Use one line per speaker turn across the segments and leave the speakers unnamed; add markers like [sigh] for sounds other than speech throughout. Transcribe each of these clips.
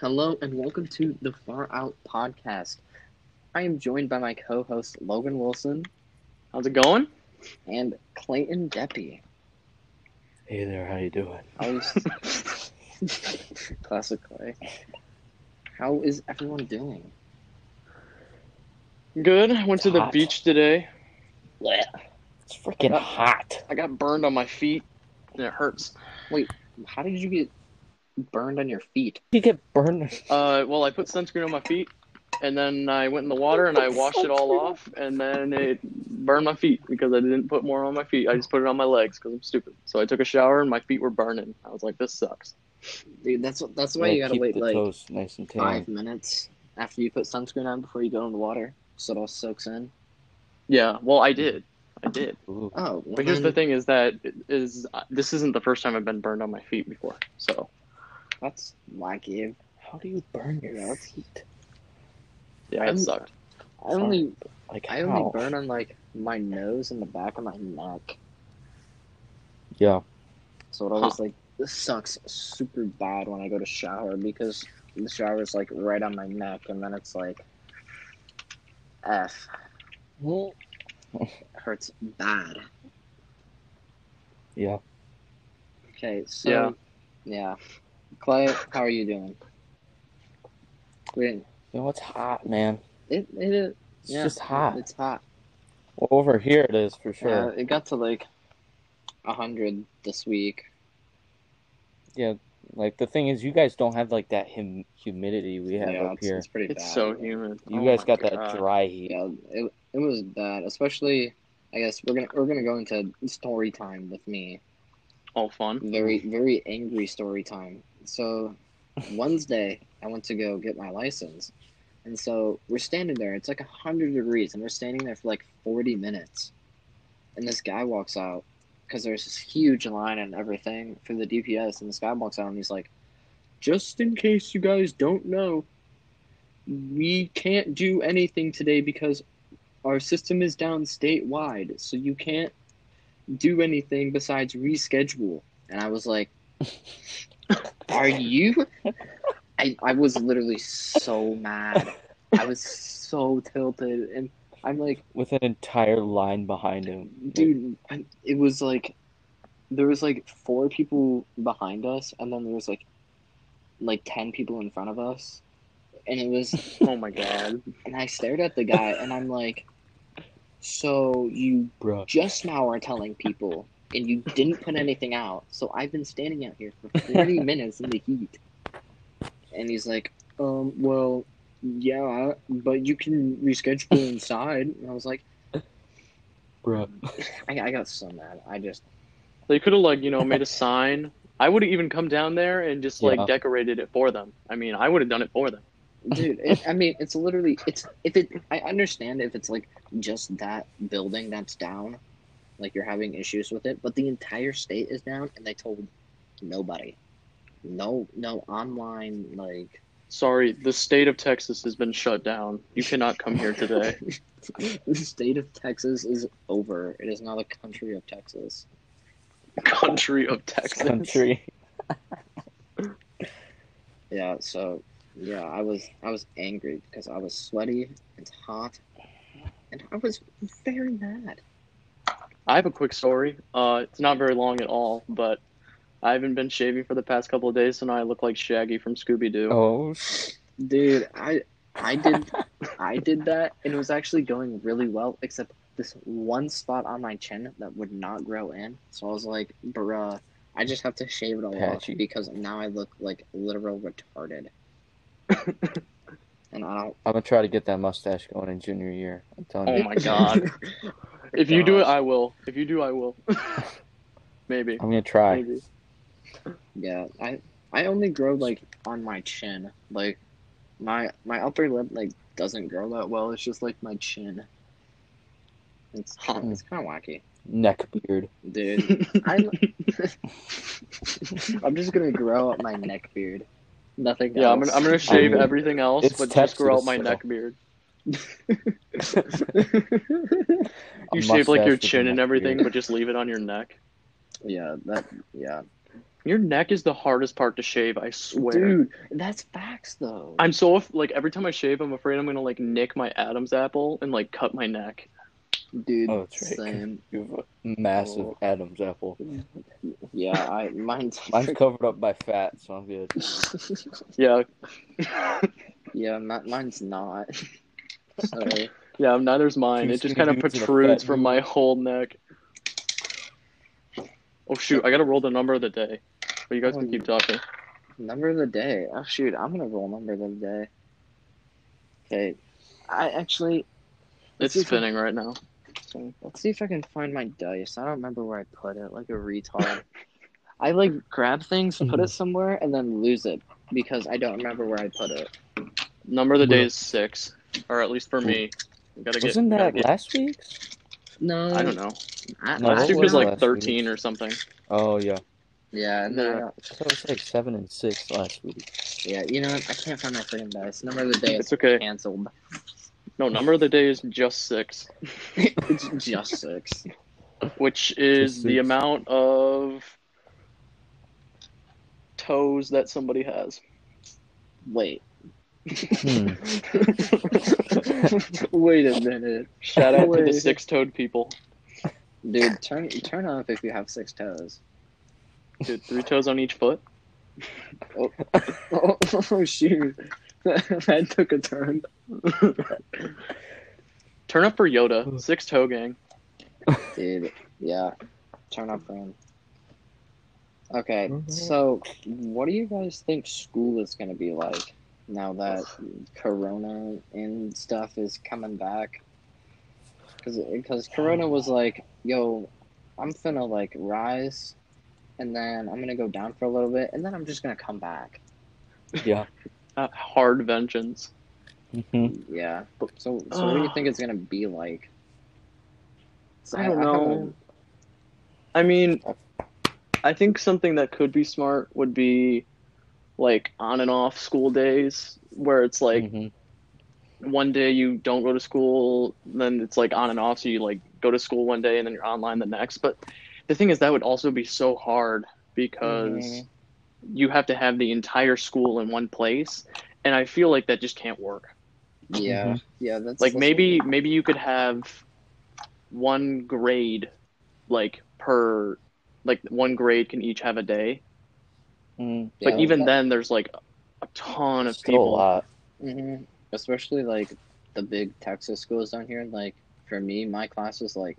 Hello and welcome to the Far Out Podcast. I am joined by my co host Logan Wilson
How's it going?
and Clayton Deppy.
Hey there, how you doing? [laughs]
How's classic Clay? How is everyone doing?
Good. I went to the
Hot.
beach today.
It's freaking hot.
I got burned on my feet. and It hurts.
How did you get burned on your feet?
You get burned.
Uh, well, I put sunscreen on my feet, and then I went in the water and I washed it all off, and then it burned my feet because I didn't put more on my feet. I just put it on my legs because I'm stupid. So I took a shower and my feet were burning. I was like, this sucks.
Dude, that's that's why you
Yeah,
gotta
keep
wait
the
like
toes nice and
five
tan.
minutes after you put sunscreen on before you go in the water, so it all soaks in.
Yeah. Well, I did. I did.
Ooh,
Oh, well
But here's the
then,
thing: is that it is this isn't the first time I've been burned on my feet before. So
that's wacky.
how do you burn your
Yeah.
feet?
yeah,
I'm-
it sucked.
I only
Like
I
how?
only burn on like my nose and the back of my neck,
Yeah,
so it always like sucks super bad when I go to shower because the shower is like right on my neck, and then it's like, f hurts bad.
yeah.
Okay, so yeah,
Yeah.
Clay, how are you doing? We didn't-
You know it's hot, man.
It it is.
It's
yeah,
just hot.
It's hot.
Well, over here it is for
Yeah,
sure.
it got to like hundred this week.
Like the thing is, you guys don't have like that hum- humidity we have
yeah,
up
it's,
here.
it's pretty bad.
It's so humid.
You
Oh
guys
my
got
God.
that dry heat.
Yeah, it, it was bad, especially. I guess we're gonna we're gonna go into story time with me.
all fun.
Very very angry story time. So Wednesday, I went to go get my license, and so we're standing there. It's like hundred degrees, and we're standing there for like forty minutes, and this guy walks out because there's this huge line and everything for the DPS, and this guy walks out and he's like, "Just in case you guys don't know, we can't do anything today because our system is down statewide, so you can't do anything besides reschedule." And I was like, "Are you?" I I was literally so mad. I was so tilted, and I'm like
With an entire line behind him.
dude I, it was like there was like four people behind us and then there was like like 10 people in front of us and it was
Oh my god.
and i stared at the guy and i'm like so you
Bro.
just now are telling people and you didn't put anything out so i've been standing out here for 40 minutes in the heat and he's like um well yeah but you can reschedule inside and i was like
Bro.
i, I got so mad i just
They could have like you know made a sign. I would have even come down there and just like
Yeah.
decorated it for them. I mean, I would have done it for them.
dude it, i mean it's literally it's if it i understand if it's like just that building that's down like you're having issues with it but the entire state is down and they told nobody no no online like [laughs]
Sorry, the state of Texas has been shut down. You cannot come here
[laughs]
today.
the state of texas is over it is not a country of texas
Country of Texas.
Country.
yeah so yeah i was i was angry because i was sweaty and hot and i was very mad
I have a quick story. Uh, it's not very long at all, but I haven't been shaving for the past couple of days, so now I look like Shaggy from Scooby Doo.
[laughs] Oh, sh-
Dude, I I did I did that and it was actually going really well, except this one spot on my chin that would not grow in. So I was like, bruh, I just have to shave it all
Patchy.
off because now I look like literal retarded. and I don't
I'm gonna try to get that mustache going in junior year. I'm telling
Oh
you. [laughs]
my god! if you do it, I will. If you do, I
[laughs]
will. Maybe.
I'm gonna try.
Maybe.
Yeah, I I only grow like on my chin. Like my my upper lip like doesn't grow that well. It's just like my chin. It's
Huh.
it's kind of wacky.
Neck beard.
Dude, I'm, [laughs] I'm just gonna grow up my neck beard. Nothing
Yeah, I'm
else. Um,
gonna, I'm gonna shave
mean,
everything else,
it's
but just grow out
Texas,
my
so-
neck beard.
A
You shave like your [laughs]
[laughs] mustache with a
chin and
neck
everything,
beard.
but just leave it on your neck.
Yeah, that. Yeah,
Your neck is the hardest part to shave. I swear.
Dude, that's facts though.
I'm so af- like every time I shave, I'm afraid I'm gonna like nick my Adam's apple and like cut my neck.
Dude,
Oh, that's right.
same.
You have a massive
Oh.
Adam's apple.
Yeah, I
[laughs]
mine's
Mine's covered up by fat, so I'm good.
Yeah,
[laughs]
[laughs]
yeah, mi- mine's not. [laughs] Sorry.
yeah. Neither's mine.
Too
It just
skinny
kind of
dudes in a fat
protrudes from
dude.
my whole neck. Oh shoot! I gotta roll the number of the day. But you guys
Oh,
can keep talking.
Number of the day. Oh shoot, I'm gonna roll number of the day. Okay, I actually
It's
It's-
spinning right now. So,
let's see if I can find my dice. I don't remember where I put it, like a retard. I like grab things, put
Mm-hmm.
it somewhere, and then lose it because I don't remember where I put it.
number of the day is six, or at least for me. You gotta get.
Wasn't
gotta
that
get-
last week's?
No,
I don't know.
I-
No,
I
Last
what
don't
week was
was
know.
like
last
thirteen or something.
Oh yeah.
yeah, and then I
Yeah.
don't-
So it's like seven and six last week.
yeah. You know, what? I can't find my freaking dice. Number of the day is
It's okay.
canceled.
No, number of the day is just six,
it's just six.
which is
Just
the
six.
amount of toes that somebody has.
Wait,
Hmm.
[laughs] wait a minute,
Shout out to the
Wait.
six-toed people.
dude. Turn turn off if you have six toes. [laughs]
Dude, three toes on each foot.
Oh, shoot, [laughs] that took a turn.
Turn up for Yoda, six toe gang.
Dude, yeah. Turn off phone. Okay,
Mhm.
so what do you guys think school is going to be like now that Corona and stuff is coming back? Because Corona was like, yo, I'm finna like rise and then I'm gonna go down for a little bit and then I'm just gonna come back.
[laughs] Yeah.
Uh, hard vengeance.
Mm-hmm.
Mhm.
Yeah. So, so what do you think it's gonna be like? So
I don't
haven't-
know. I mean, I think something that could be smart would be like on and off school days where it's like
Mhm.
one day you don't go to school, then it's like on and off. So you like go to school one day and then you're online the next. But the thing is, that would also be so hard because
Mhm.
you have to have the entire school in one place, and I feel like that just can't work.
Yeah. Yeah. That's
Like
that's-
maybe maybe you could have one grade, like per, like one grade can each have a day.
Mm.
but
yeah,
even
that-
then, there's like a ton of
Still a
people.
lot.
Mm-hmm.
hmm Especially like the big Texas schools down here. Like for me, my class is like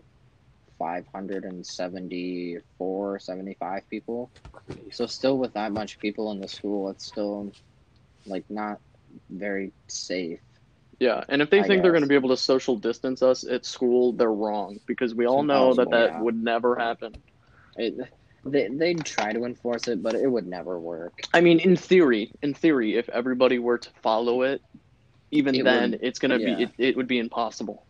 574, 75 people. So still with that much people in the school, it's still like not very safe.
Yeah, and if they
I
think they're
guess.
going to be able to social distance us at school, they're wrong because we all
It's
know that
impossible,
that
yeah.
would never happen.
It, they they'd try to enforce it, but it would never work.
I mean, in theory, in theory, if everybody were to follow it, even
It
then,
would-
it's going to be
yeah.
it, it would be impossible.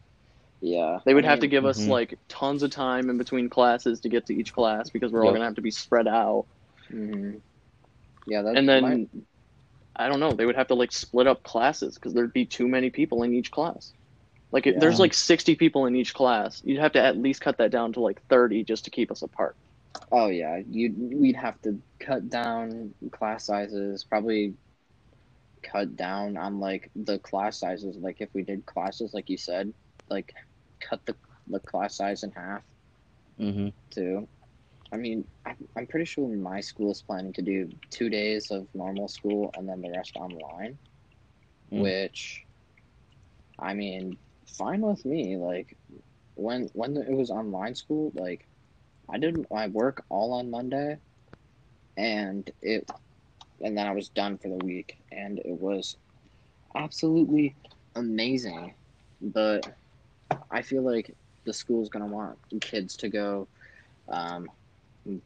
Yeah,
They would
I
have to
mean,
give us
Mhm.
like tons of time in between classes to get to each class because we're all
Yep.
going to have to be spread out.
mhm. Yeah, that's
And then
my-
I don't know, they would have to like split up classes because there'd be too many people in each class. Like if there's
Yeah.
like 60 people in each class. You'd have to at least cut that down to like 30 just to keep us apart.
oh yeah, you we'd have to cut down class sizes, probably cut down on like the class sizes. Like if we did classes, like you said, like cut the the class size in half
hmm
too. I mean, I, I'm pretty sure my school is planning to do two days of normal school and then the rest online,
Mm.
which, I mean, fine with me. Like, when when it was online school, like, I did my work all on Monday, and it, and then I was done for the week, and it was absolutely amazing. But I feel like the school's gonna want kids to go um,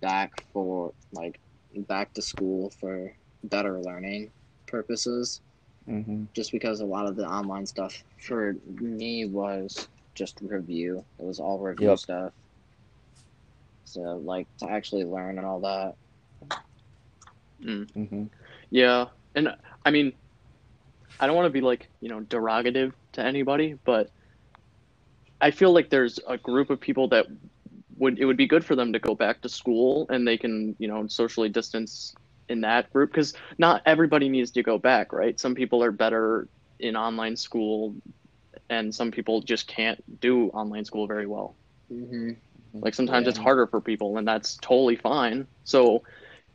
back for like back to school for better learning purposes
hmm
just because a lot of the online stuff for me was just review it was all review
Yep.
stuff so like to actually learn and all that
hmm
Yeah, and I mean, I don't want to be like you know derogative to anybody, but I feel like there's a group of people that would it would be good for them to go back to school and they can you know socially distance in that group because not everybody needs to go back right some people are better in online school and some people just can't do online school very well
hmm
like sometimes
Yeah.
it's harder for people, and that's totally fine. So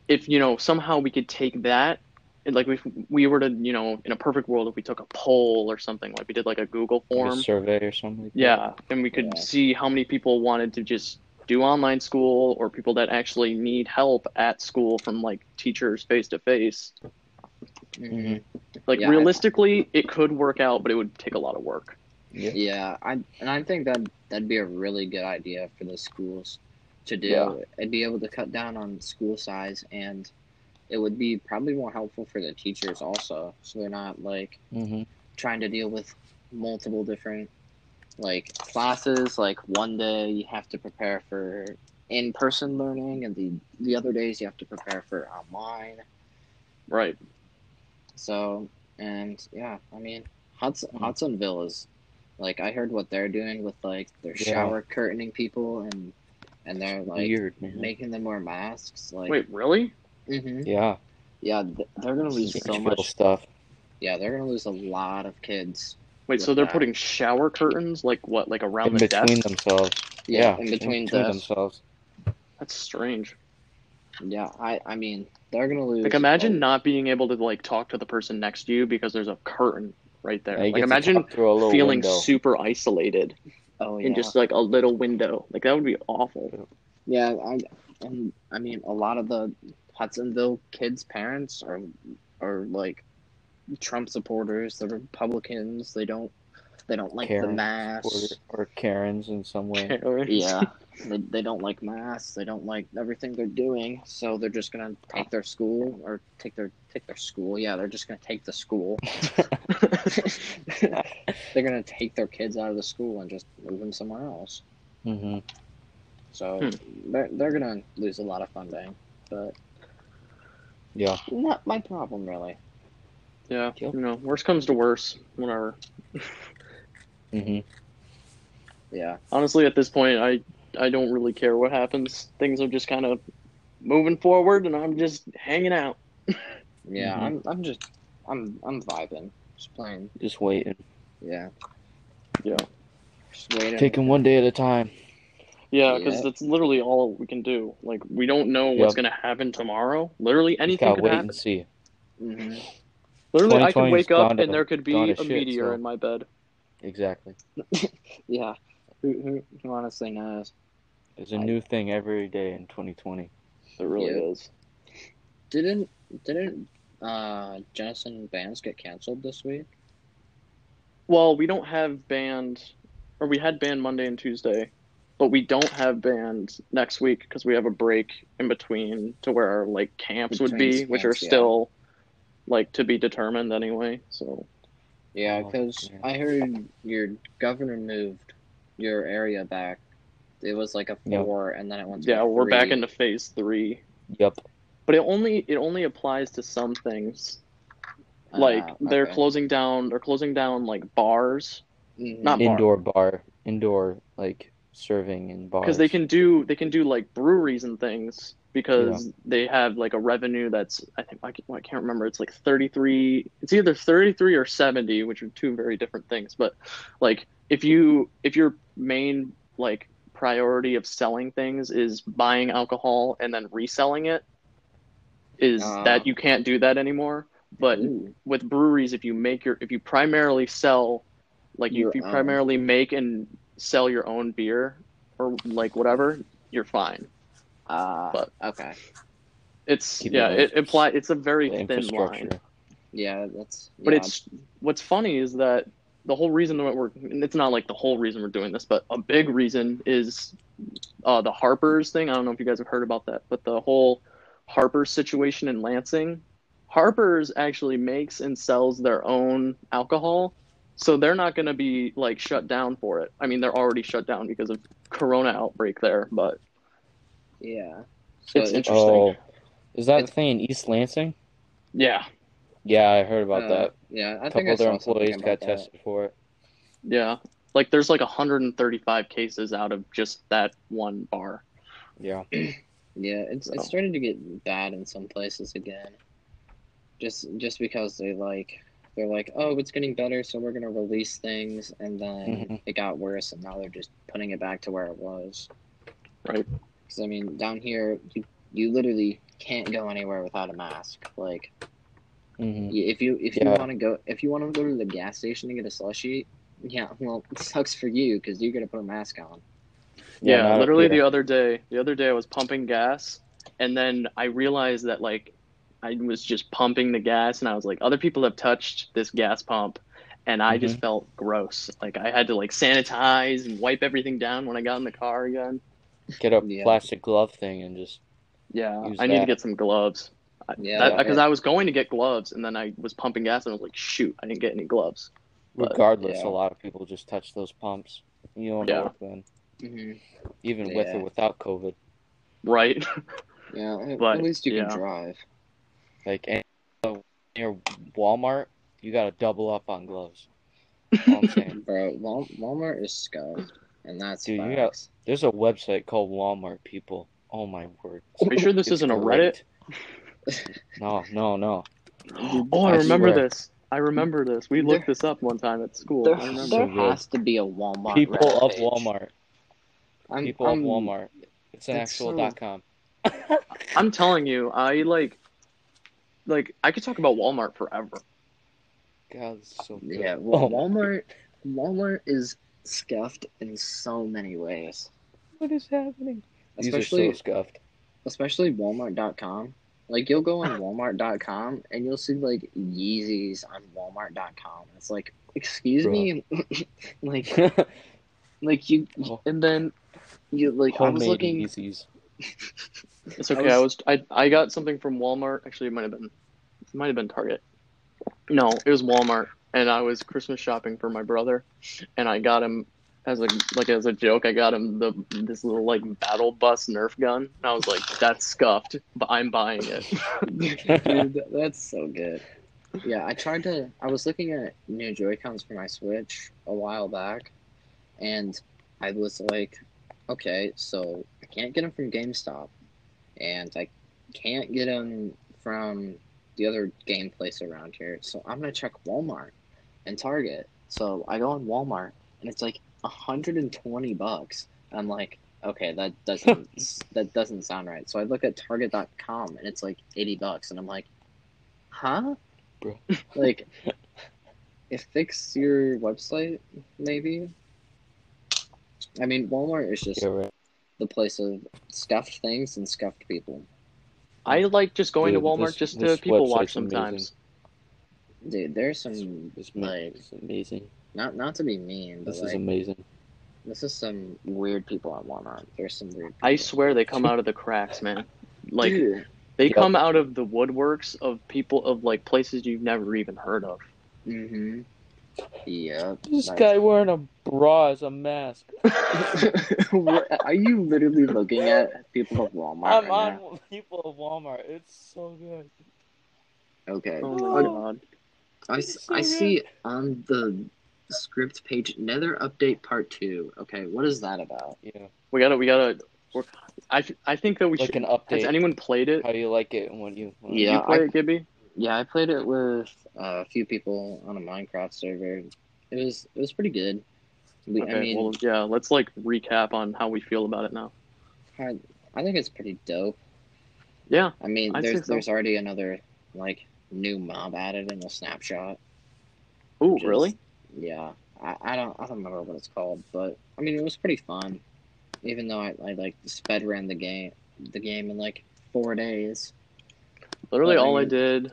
if you know somehow we could take that, and like if we were to you know in a perfect world if we took a poll or something like we did like a Google
Like a
form,
survey or something. Like that.
yeah, and we could
Yeah.
see how many people wanted to just do online school or people that actually need help at school from like teachers face to face.
hmm
Like
Yeah.
realistically, it could work out, but it would take a lot of work.
Yeah.
Yeah, I and I think that that'd be a really good idea for the schools to do.
Yeah.
It'd be able to cut down on school size, and it would be probably more helpful for the teachers also, so they're not like
hmm
trying to deal with multiple different like classes. Like one day you have to prepare for in-person learning, and the the other days you have to prepare for online.
Right.
So and yeah, I mean Hudson,
Hmm.
Hudsonville is like I heard what they're doing with like their
Yeah.
shower curtaining people and and they're like
Weird, man.
making them wear masks. Like
Wait, really?
hmm
yeah.
yeah, th- they're gonna lose so
Strange
much.
little stuff.
Yeah, they're gonna lose a lot of kids.
Wait, so
With
they're
that.
putting shower curtains like what, like around
In
the
between
desk?
themselves.
Yeah,
Yeah.
in between desks.
themselves.
That's strange.
Yeah, I I mean they're gonna lose.
Like imagine
like,
not being able to like talk to the person next to you because there's a curtain right there.
Yeah, you
like
get to
imagine
talk through a little
feeling
window.
super isolated
oh yeah
in just like a little window. Like that would be awful.
yeah I and I mean a lot of the Hudsonville kids' parents are are like Trump supporters, the Republicans. They don't they don't like the
Karen
masks.
or, or Karens in some
[laughs]
way.
Yeah, they, they don't like masks. They don't like everything they're doing. So they're just gonna take their school or take their take their school. Yeah, they're just gonna take the school. [laughs] they're gonna take their kids out of the school and just move them somewhere else.
hmm
So
Hmm.
they're they're gonna lose a lot of funding, but
Yeah.
not my problem really.
Yeah.
Yep.
You know, worse comes to worse. Whatever.
hmm
Yeah,
Honestly at this point I I don't really care what happens. Things are just kind of moving forward and I'm just hanging out.
yeah.
Mhm.
I'm I'm just I'm I'm vibing, just playing.
Just waiting.
Yeah,
Yeah.
just waiting.
Taking one day at a time.
Yeah, because
Yeah.
that's literally all we can do. Like we don't know what's
Yep.
gonna happen tomorrow. Literally
Just
anything
gotta
could
wait
happen.
and see.
Mhm.
Literally, I could
2020
wake
is
up
gone to-
and there could
gone
be
to
a
shit,
meteor
so-
in my bed.
Exactly.
Yeah, who, who who honestly knows?
There's a
I-
new thing every day in 2020.
There really
Yeah.
is.
Didn't didn't uh Jenison bands get canceled this week?
Well, we don't have band, or we had band Monday and Tuesday, but we don't have band next week because we have a break in between to where our like camps would
Between
be, which are
camps, yeah.
still like to be determined anyway. So
Yeah,
Oh,
because
yeah.
I heard your governor moved your area back. It was like a
Yeah.
four, and then it went. To
yeah,
a
we're back
three.
into phase three,
Yep.
but it only it only applies to some things. Like
Ah,
they're
okay.
closing down, they're closing down like bars
Mhm.
not- bar.
Indoor bar. Indoor like serving and bars.
because they can do they can do like breweries and things because they have like a revenue that's I think I can't, I can't remember it's like 33 it's either 33 or 70 which are two very different things but like if you if your main like priority of selling things is buying alcohol and then reselling it is
Ah.
that you can't do that anymore but
Ooh,
with breweries if you make your if you primarily sell like you,
Your
if you
own.
primarily make and sell your own beer or like whatever you're fine
ah,
But-
okay,
it's
Keep it
yeah
low.
it, it apply, it's a very
the
thin line
infrastructure.
yeah, that's.
but
yeah,
it's what's funny is that the whole reason that we're and it's not like the whole reason we're doing this but a big reason is uh, the harper's thing i don't know if you guys have heard about that but the whole harper's situation in lansing harper's actually makes and sells their own alcohol so they're not going to be like shut down for it i mean they're already shut down because of corona outbreak there but
yeah. So
it's
it's-
interesting
Oh, is that
It's-
the thing in East Lansing?
yeah
Yeah, I heard about
uh,
that.
Yeah, I
A
think
couple
I
of their
saw something
employees
about
got
that.
tested for it.
yeah Like there's like 135 cases out of just that one bar.
Yeah.
Yeah, it's
So.
Oh.
it's starting to get bad in some places again. Just just because they like they're like, oh, it's getting better, so we're gonna release things, and then
Mhm.
it got worse, and now they're just putting it back to where it was.
Right.
Because I mean, down here, you, you literally can't go anywhere without a mask. Like,
hmm
y- if you if you
Yeah.
want to go if you want to go to the gas station to get a slushie, yeah, [laughs] well, it sucks for you because you're gonna put a mask on.
Yeah,
not-
literally
yeah.
the other day. The other day I was pumping gas, and then I realized that like I was just pumping the gas, and I was like, other people have touched this gas pump, and I
Mm-hmm.
just felt gross. Like I had to like sanitize and wipe everything down when I got in the car again.
get a
Yeah.
plastic glove thing and just
Yeah,
Use
I need to
that.
get some gloves.
Yeah,
Because I was going to get gloves, and then I was pumping gas, and I was like, shoot, I didn't get any gloves. But,
regardless,
yeah.
a lot of people just touch those pumps. You don't
Yeah.
know what's been,
hmm
even with
Yeah.
or without COVID.
Right? [laughs]
yeah. at-
But,
at least you
yeah.
can drive.
Like and, uh, near Walmart, you got to double up on gloves. That's all I'm saying.
Bro, Wal- Walmart is scuffed, and that's
Dude, you got-
facts.
There's a website called Walmart People. Oh my word!
Are you sure this
It's
isn't a Reddit?
great. [laughs] No, no, no. [gasps]
Oh, I
I
remember
swear.
this. I remember this. We looked this up one time at school.
There,
I remember.
there
So good.
has to be a Walmart.
People
Reddit
of
page.
Walmart.
I'm-
People of
I'm-
Walmart. It's an
that's
actual
so-
dot com.
I'm telling you, I like, like I could talk about Walmart forever.
God, it's so good. [laughs]
Yeah, well,
Oh.
Walmart. Walmart is scuffed in so many ways,
What is happening? These
especially
are so scuffed.
especially Walmart.com. Like you'll go [laughs] on Walmart.com and you'll see like Yeezys on Walmart.com. It's like, excuse me, [laughs] [laughs] like like you
Oh.
and then you like I was
[laughs] Homemade
looking.
Yeezys.
It's okay. I was, I, I got something from Walmart. Actually, it might have been, it might have been Target. No, it was Walmart, and I was Christmas shopping for my brother, and I got him as a like as a joke. I got him the this little like battle bus Nerf gun, and I was like, that's scuffed, but I'm buying
[laughs]
it.
Dude, that- that's so good. Yeah, I tried to. I was looking at new Joy Cons for my Switch a while back, and I was like, okay, so I can't get them from GameStop, and I can't get them from the other game place around here, so I'm gonna check Walmart and Target. So I go on Walmart, and it's like 120 bucks. I'm like, okay, that
[laughs]
doesn't that doesn't sound right. So I look at Target.com, and it's like 80 bucks, and I'm like, huh,
Bro.
[laughs] like. It fix your website, maybe. I mean, Walmart is just
Yeah, right.
the place of scuffed things and scuffed people.
I like just going
Dude,
to Walmart
this-
just to
this
people
website's
watch sometimes.
Dude, there's some
This
like
is amazing.
not not to be mean, but
This
like
is amazing.
this is some weird people at Walmart. There's some weird. People.
I swear they come out of the cracks, man. Like
Dude.
they
Yep.
come out of the woodworks of people of like places you've never even heard of.
Mm-hmm. Yep.
This
Like-
guy wearing a bra as a mask.
[laughs] What- Are you literally looking at people at Walmart?
I'm
right
on
now?
people of Walmart. It's so good.
Okay.
Oh my
Oh.
god.
I, s- I see on the script page Nether update part two. Okay, what is that about?
Yeah,
We gotta we gotta we're, I I think that we
like
should
an update.
has anyone played it?
How you like it and what you? want.
Yeah,
you play
I-
it, Gibby?
Yeah, I played it with uh, a few people on a Minecraft server. It was it was pretty good. We,
Okay,
I mean,
well yeah, let's like recap on how we feel about it now.
I, I think it's pretty dope.
Yeah.
I mean,
I'd say
there's
so.
there's already another like new mob added in the snapshot.
Ooh,
which is-
really?
Yeah, I, I don't I don't remember what it's called, but I mean it was pretty fun. Even though I, I like sped ran the game the game in like four days.
Literally
But I
all I
mean-
did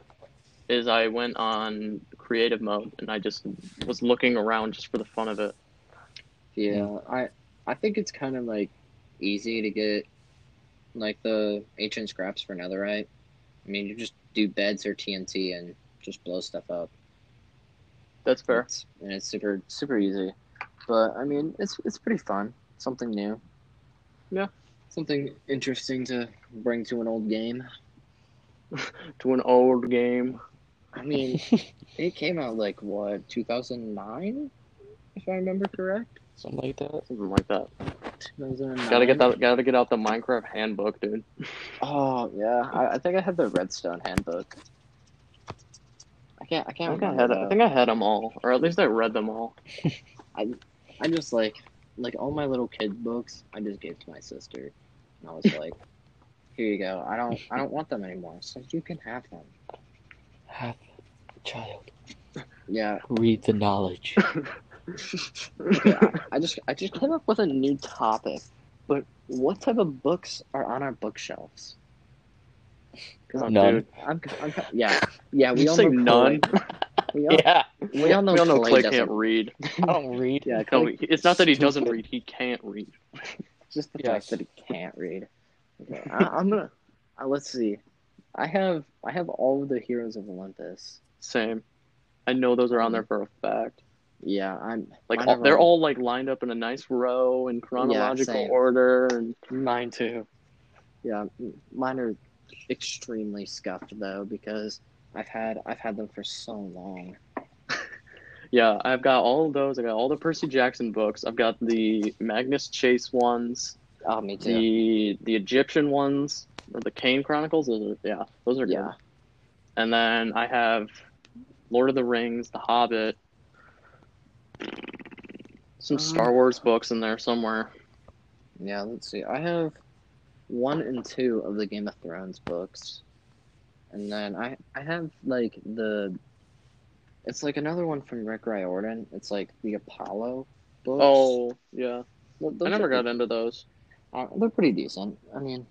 is I went on creative mode and I just was looking around just for the fun of it.
Yeah,
Yeah.
I I think it's kind of like easy to get like the ancient scraps for netherite. I mean, you just do beds or TNT and just blow stuff up.
That's fair.
It's- and it's super super easy. But I mean, it's it's pretty fun. Something new.
Yeah.
Something interesting to bring to an old game.
To an old game. [laughs]
I mean, it came out like what 2009? if I remember correct.
Something like that.
Something like that.
2009.
Gotta get that. Gotta get out the Minecraft handbook, dude.
Oh yeah, I, I think I have the Redstone Handbook. I can't. I
I
can't
think I
remember.
had. I
though.
think I had them all, or at least I read them all.
I just like like all my little kid books. I just gave to my sister, and I was
[laughs]
like, "Here you go. I don't I don't want them anymore. So you can have them."
Have the child
[laughs]
Yeah,
read the knowledge.
yeah, I just I just came up with a new topic, but what type of books are on our bookshelves?
Oh,
None.
dude.
I'm, I'm, yeah,
[laughs]
yeah. We
Did you
all
say
know
none?
Clay. We
[laughs]
all,
[laughs] yeah,
we all know
we all
[laughs]
know
Clay
Clay
doesn't-
can't read.
I don't read.
[laughs]
Yeah,
No,
Clay,
it's not that he doesn't
Stupid.
read. He can't read.
just the
Yes.
fact that he can't read. Okay, I, I'm gonna. [laughs] Uh, let's see. I have I have all of the heroes of Olympus.
Same. I know those are on
Mm.
there for a fact.
Yeah, I'm
Like
mine
all,
are
they're
on-
all like lined up in a nice row in chronological
same.
order, and
Mine too. Yeah, m- mine are extremely scuffed though because I've had I've had them for so long.
yeah, I've got all of those. I got all the Percy Jackson books. I've got the Magnus Chase ones,
Oh, me
the the Egyptian ones, or the Kane Chronicles. Those are, yeah, those are
Yeah,
good. And then I have Lord of the Rings, The Hobbit, some
Um,
Star Wars books in there somewhere.
yeah. Let's see. I have one and two of the Game of Thrones books, and then I I have like the. It's like another one from Rick Riordan. It's like the Apollo books.
Oh yeah,
Th-
I
those
never
are
got into those.
Uh, they're pretty decent. I mean,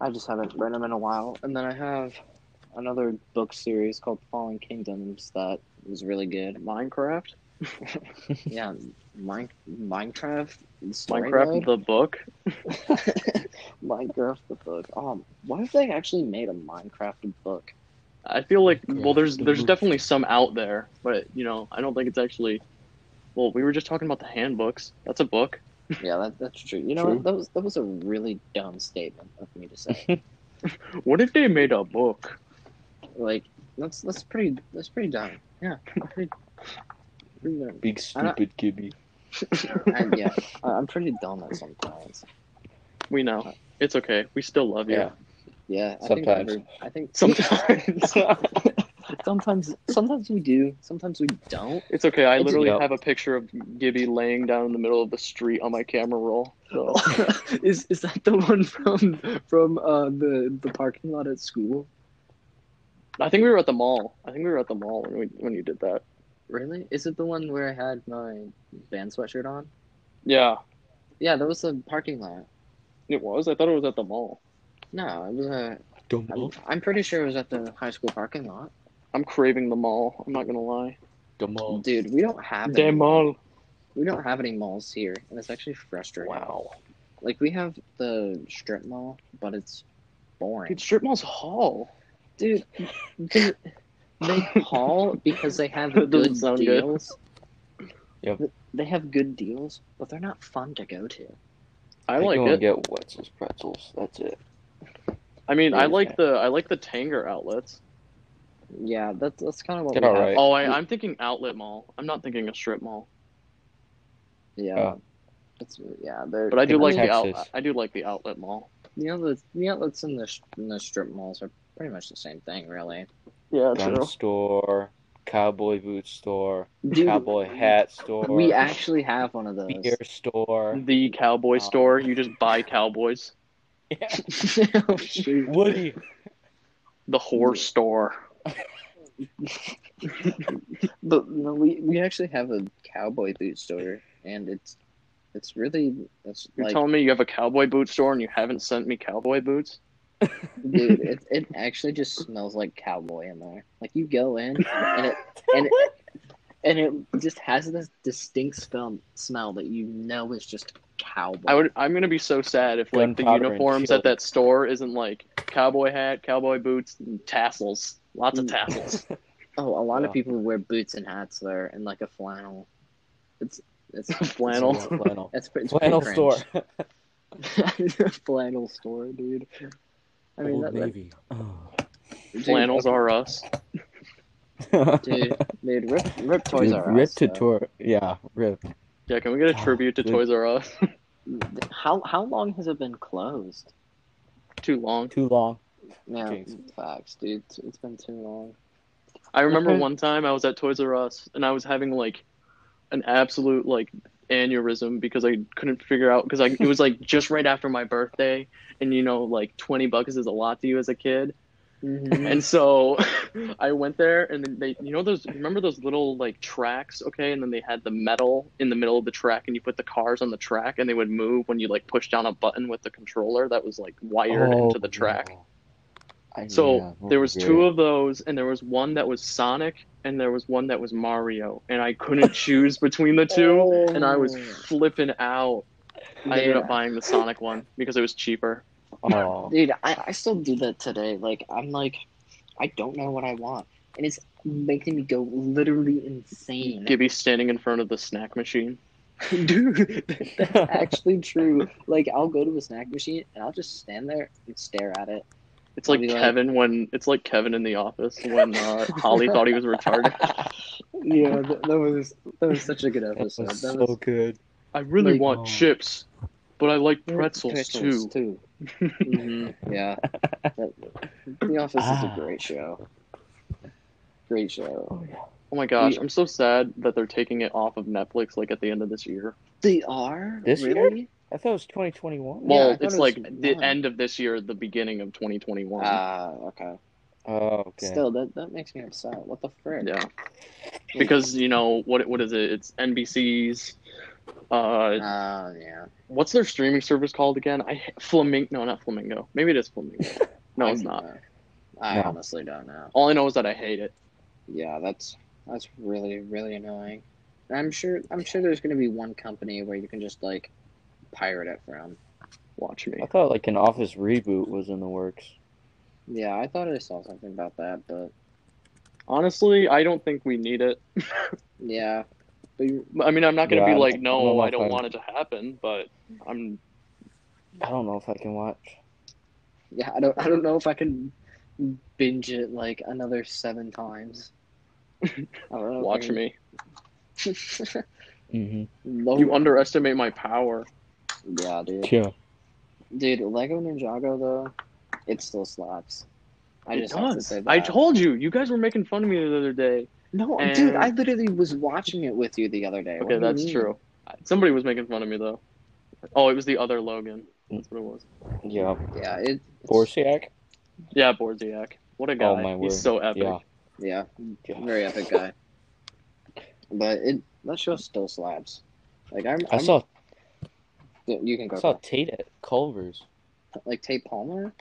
I just haven't read them in a while. And then I have another book series called Fallen Kingdoms that was really good.
Minecraft,
[laughs] Yeah, Mine- Minecraft, the story mode.
Minecraft, the book.
Minecraft the book. Um, what if they actually made a Minecraft book?
I feel like
Yeah.
well, there's there's definitely some out there, but you know, I don't think it's actually. Well, we were just talking about the handbooks. That's a book.
Yeah, that, that's true. You know, what?
True.
that was that was a really dumb statement of me to say. [laughs]
What if they made a book?
like, that's that's pretty that's pretty dumb. Yeah, pretty, pretty [laughs] dumb.
Big stupid Gibby.
I, yeah, I- I'm pretty dumb at sometimes.
We know. It's okay. We still love you.
Yeah.
Yeah, I
Sometimes.
Think every- I think [laughs]
Sometimes
sometimes sometimes we do, sometimes we don't.
it's okay. I
It's-
literally
Yep.
have a picture of Gibby laying down in the middle of the street on my camera roll. So
[laughs] is is that the one from from uh, the the parking lot at school?
I think we were at the mall. I think we were at the mall when we, when you did that.
Really? Is it the one where I had my band sweatshirt on?
Yeah,
Yeah, that was the parking lot.
it was. I thought it was at the mall.
No, it was a.
Don't
I'm, I'm pretty sure it was at the high school parking lot.
I'm craving the mall. I'm not gonna lie.
Oh.
Dude, we don't have any,
Damn mall.
we don't have any malls here, and it's actually frustrating.
Wow.
Like we have the strip mall, but it's boring.
Dude, strip mall's hall. [laughs]
Dude, they, they haul because they have
That doesn't
good
sound good.
deals.
Yep.
They have good deals, but they're not fun to go to.
I like
go
it.
and get Wetzel's pretzels. That's it.
I mean, I
Yeah.
like the I like the Tanger outlets.
Yeah, that's that's kind of what
They're
we have.
alright.
Oh, I, I'm thinking outlet mall. I'm not thinking a strip mall,
Yeah.
Oh.
It's, yeah, they're,
but I do
Think
like the out,
Texas.
I do like the outlet mall.
the outlets. The outlets in the sh- in the strip malls are pretty much the same thing, really.
Yeah,
Gun store, cowboy boot store,
Dude,
cowboy hat store,
We actually have one of those.
beer store.
The cowboy
Um,
store. You just buy cowboys.
Yeah.
[laughs] Oh, shoot.
Woody.
The horse store.
[laughs] But no, we we actually have a cowboy boot store, and it's it's really it's
You're
like
telling me you have a cowboy boot store and you haven't sent me cowboy
[laughs]
boots?
Dude, it, it actually just smells like cowboy in there. Like you go in and it and it,
[laughs]
and it just has this distinct smell smell that you know is just cowboy.
I would. I'm gonna be so sad if like the
Gunpowder and
uniforms
shield.
at that store isn't like cowboy hat, cowboy boots, and tassels. Lots of
Mm.
tassels.
Oh, a lot
Yeah.
of people wear boots and hats there, and like a flannel. It's
[laughs]
it's
Flannel.
Flannel.
It's, pre- it's
Flannel
pretty
store.
cringe. [laughs] flannel store, dude. I mean,
Old
that, that,
Navy. Oh.
[laughs] dude,
Flannels
okay,
are us.
Dude, Dude, rip, rip Toys R Us.
Rip to
though.
tour. Yeah, rip.
Yeah, can we get a tribute to
Oh, Dude.
Toys R Us? [laughs]
How how long has it been closed?
Too long.
Too long.
Yeah,
Jeez.
facts, dude. It's- It's been too
[laughs]
long.
I remember
Okay.
one time I was at Toys R Us and I was having like an absolute like aneurysm because I couldn't figure out because I it was like just right after my birthday and you know like 20 bucks is a lot to you as a kid and so [laughs] I went there and then they you know those remember those little like tracks okay and then they had the metal in the middle of the track and you put the cars on the track and they would move when you like push down a button with the controller that was like wired
Oh,
into the track
no. I-
so
yeah, those
there
are
was
great.
two of those, and there was one that was Sonic, and there was one that was Mario, and I couldn't choose between the two, and I was
Mm-hmm.
flipping out. I uh, ended
Oh. Yeah.
up buying the Sonic one because it was cheaper.
[laughs]
Oh,
Dude, I, I still do that today. Like, I'm like, I don't know what I want. And it's making me go literally insane.
Gibby standing in front of the snack machine.
Dude, that's actually true. Like, I'll go to a snack machine and I'll just stand there and stare at it.
It's like
I'll be like-
Kevin when it's like Kevin in the office when uh, Holly thought he
[laughs]
was retarded.
Yeah, that, that was that was such a good
[laughs] that was
episode.
so
That was
good.
I really
Like-
want
Oh.
chips, but I like pretzels, too.
too. Mhm, Yeah, That- The Office
Ah.
is a great show. Great show.
Oh, yeah.
Oh my gosh,
Yeah.
I'm so sad that they're taking it off of Netflix like at the end of this year.
They are
This year?
really.
I thought it was 2021.
Yeah, I
Well,
thought
it's
it was
like the
July.
end of this year, the beginning of 2021.
Ah, okay.
Oh, okay.
Still, that that makes me upset. What the frick?
yeah, because you know what? What is it? It's NBC's. Uh,
Uh, yeah.
what's their streaming service called again? I Flamingo. No, not Flamingo. Maybe it
[laughs]
is Flamingo. No,
I
it's
don't
not.
know. I
No.
honestly don't know.
All I know is that I hate it.
Yeah, that's that's really really annoying. And I'm sure I'm sure there's gonna be one company where you can just like pirate it from.
Watch me.
I
Oh.
thought like an Office reboot was in the works.
Yeah, I thought I saw something about that, but
Honestly, I don't think we need it.
yeah. But you,
I mean, I'm not gonna
Yeah,
be
I
like,
don't-
no, I
I
don't
don't know
want it to happen. But I'm.
I don't know if I can watch.
yeah, I don't I don't know if I can binge it like another seven times. [laughs] I don't know if I
Watch
can-
me.
Mm-hmm.
[laughs] Low-
You underestimate my power.
yeah, dude.
Yeah.
Dude, Lego Ninjago though, it still slaps. I
It
just have to
does.
say that.
I told you. You guys were making fun of me the other day.
no,
and-
dude. I literally was watching it with you the other day. What do
Okay,
you
that's
mean?
true. Somebody was making fun of me though. Oh, it was the other Logan. That's what it was.
Yeah.
Yeah, it. It's,
Borsiak.
Yeah, Borziak. What a guy.
Oh, my word.
He's so epic.
Yeah.
Yeah,
Yeah.
very epic guy. But it that show still slaps. Like I'm,
I
I'm-
saw
You can go.
I saw Tate at Culver's.
Like Tate Palmer,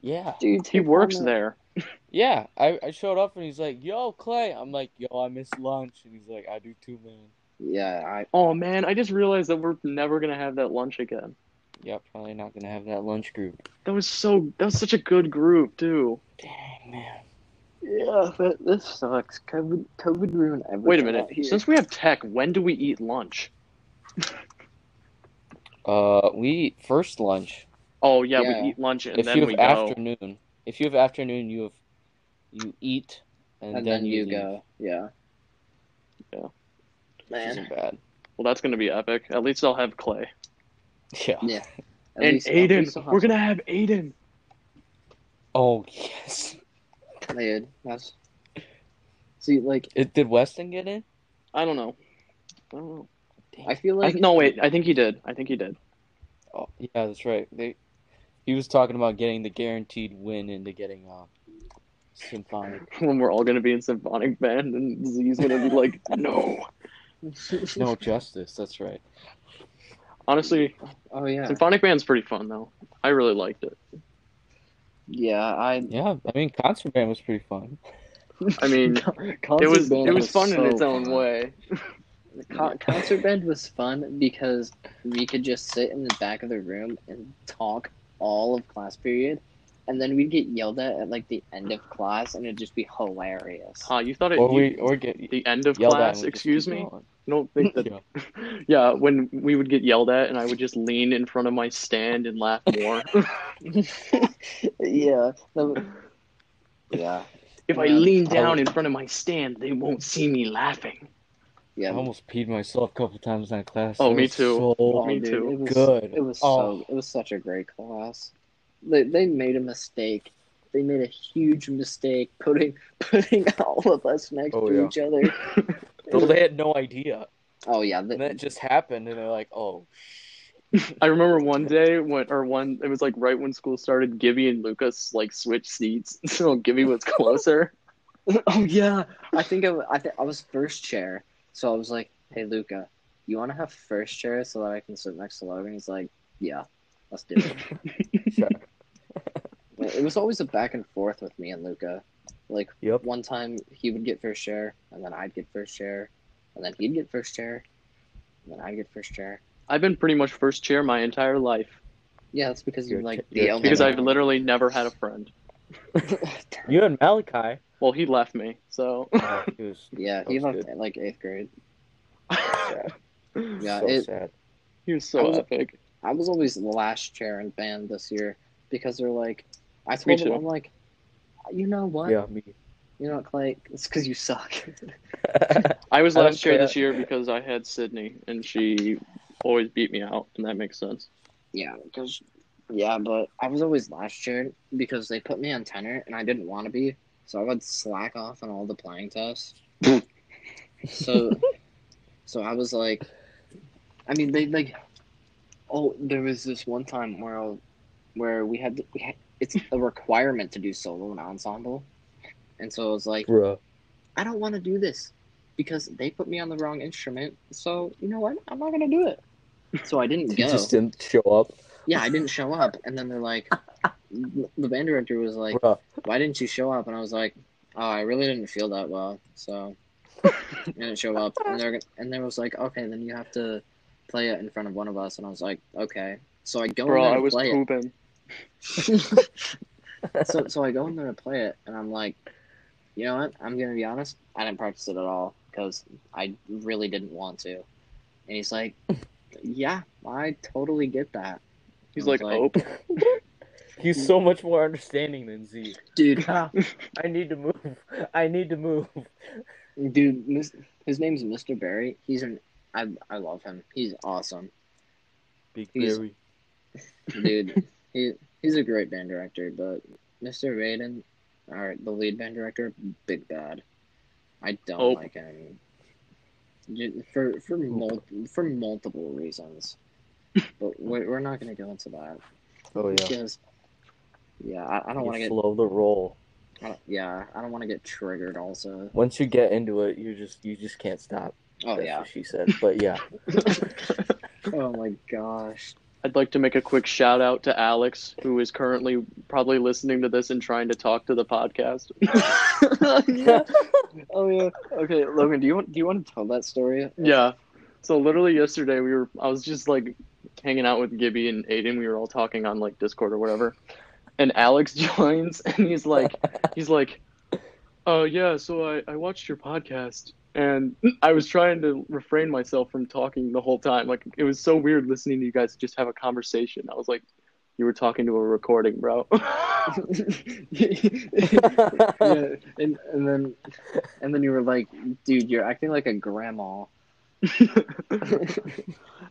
Yeah.
dude.
He
Tate
works
Palmer-
there.
Yeah. I, I showed up and he's like, "Yo, Clay." I'm like, "Yo, I missed lunch." And he's like, "I do too, man."
Yeah, I.
Oh man, I just realized that we're never gonna have that lunch again.
Yeah, probably not gonna have that lunch group.
That was so. That was such a good group too.
Dang man.
Yeah, that this sucks. COVID, COVID ruined everything.
Wait a minute.
out here.
Since we have tech, when do we eat lunch?
Uh, we eat first lunch.
Oh yeah,
Yeah.
we eat lunch and
if
then
you
we
have
go.
afternoon, if you have afternoon, you have you eat and,
and, then, you go. Yeah.
Yeah.
Which
Man.
isn't bad. [laughs]
Well, that's gonna be epic. At least I'll have Clay
Yeah.
Yeah. At
and
least- at least I'll
Aiden.
have
We're gonna have Aiden.
Oh yes.
Dude, that's. See, like,
It, did Weston get in?
I don't know. I don't know.
Dang.
I feel
I,
like
no,
[laughs]
wait. I think he did. I think he did. [laughs]
Oh, yeah, that's right. They he was talking about getting the guaranteed win into getting um symphonic.
when we're all gonna be in symphonic band and Z's gonna be like, [laughs] no.
[laughs]
No justice. That's right.
Honestly,
Oh yeah,
symphonic band's pretty fun though. I really liked it.
yeah. I
Yeah, I mean, concert band was pretty fun.
I
[laughs]
[laughs] mean,
concert
it was
band
it was fun
so
in its own
fun.
way.
Con- concert band was fun because we could just sit in the back of the room and talk all of class period, and then we'd get yelled at at like the end of class, and it'd just be hilarious.
Huh, ah, you thought it
Or
you-
we or get
the end of
yelled at. and
class?
we just
Excuse
keep
me.
going.
I don't think that.
Yeah.
[laughs] yeah, when we would get yelled at, and I would just lean in front of my stand and [laughs] laugh more.
[laughs]
yeah. that w- yeah.
If I
Yeah.
lean
Oh.
down in front of my stand, they won't see me laughing.
I
Yeah,
almost peed myself a couple times in that class.
Oh,
It
me
was
too.
so-
Oh,
me
dude,
too.
It was,
Good.
It was
Oh.
so. It was such a great class. They they made a mistake. They made a huge mistake putting [laughs] putting all of us next
Oh,
to
yeah.
each other.
Though they had no idea.
Oh yeah, the,
And that just happened, and they're like, oh,
I remember one day when, or one, it was like right when school started. Gibby and Lucas like switched seats, [laughs] so Gibby was closer. [laughs]
Oh yeah, I think I, wa- I, th- I was first chair, so I was like, "Hey Luca, you want to have first chair so that I can sit next to Logan?" He's like, "Yeah, let's do
[laughs]
it."
sure.
But it was always a back and forth with me and Luca. Like
Yep.
one time he would get first chair, and then I'd get first chair, and then he'd get first chair, and then I'd get first chair.
I've been pretty much first chair my entire life
Yeah, that's because you're
You're
like
t-
the
you're
only.
because I've
one.
literally never had a friend.
[laughs]
You and Malachi. [laughs]
Well, he left me, so [laughs]
Oh, he was
yeah,
That
he
was
left
good.
in, like eighth grade.
sad.
Yeah,
so
it-
sad.
he was
I
so
was-
epic.
I was always the last chair in band this year because they're like, I
Me
told them
too.
I'm like, you know what,
Yeah, me. [laughs]
you know what, Clay, it's because you suck. [laughs]
I was
I
last
don't
chair
care.
this year because I had Sydney, and she always beat me out, and that makes sense.
yeah, because yeah, but I was always last chair because they put me on tenor and I didn't want to be, so I would slack off on all the playing tests. so, so I was like, I mean, they like, oh, there was this one time where I, where we had we had it's a requirement to do solo and ensemble, and so it was like.
Bruh.
I don't want to do this because they put me on the wrong instrument. So you know what? I'm not gonna do it. So I
[laughs]
didn't
He
go.
just didn't show up.
Yeah, I didn't show up. And then they're like, [laughs] the band director was like,
Bruh.
"Why didn't you show up?" And I was like, "Oh, I really didn't feel that well, so [laughs] I didn't show up." And they're gon- and they was like, "Okay, then you have to play it in front of one of us." And I was like, "Okay." So I go in
Bro,
there
I
to
was
play
pooping.
it. [laughs]
[laughs]
so so I go in there to play it, and I'm like, you know what? I'm gonna be honest. I didn't practice it at all because I really didn't want to. And he's like, [laughs] yeah, I totally get that.
He's
I was
like, oh,
He's so much more understanding than Z.
[laughs] dude,
I need to move. [laughs] I need to move.
dude, mis- his name's Mr. Barry. He's an I I love him. He's awesome,
Big
He's-
Barry.
dude. he he's a great band director, but Mr. Raiden, or the lead band director, big bad. I don't
Oh.
like him. Ju- For for mul- for multiple reasons, but we're we're not gonna go into that.
Oh yeah.
Because, yeah, I, I don't want to
You
get.
slow the roll.
I don't, yeah, I don't want to get triggered. Also,
Once you get into it, you just you just can't stop.
oh
That's
yeah,
what she said. But
[laughs]
yeah.
oh my gosh,
I'd like to make a quick shout out to Alex, who is currently probably listening to this and trying to talk to the podcast.
oh yeah. Okay, Logan, do you want do you want to tell that [laughs] story?
yeah. So literally yesterday we were I was just like hanging out with Gibby and Aiden. We were all talking on like Discord or whatever. And Alex [laughs] joins and he's like he's like, Oh yeah, so I, I watched your podcast and I was trying to refrain myself from talking the whole time. Like it was so weird listening to you guys just have a conversation. I was like, You were talking to a recording, [laughs] bro.
yeah, and and then and then you were like, dude, you're acting like a grandma. [laughs]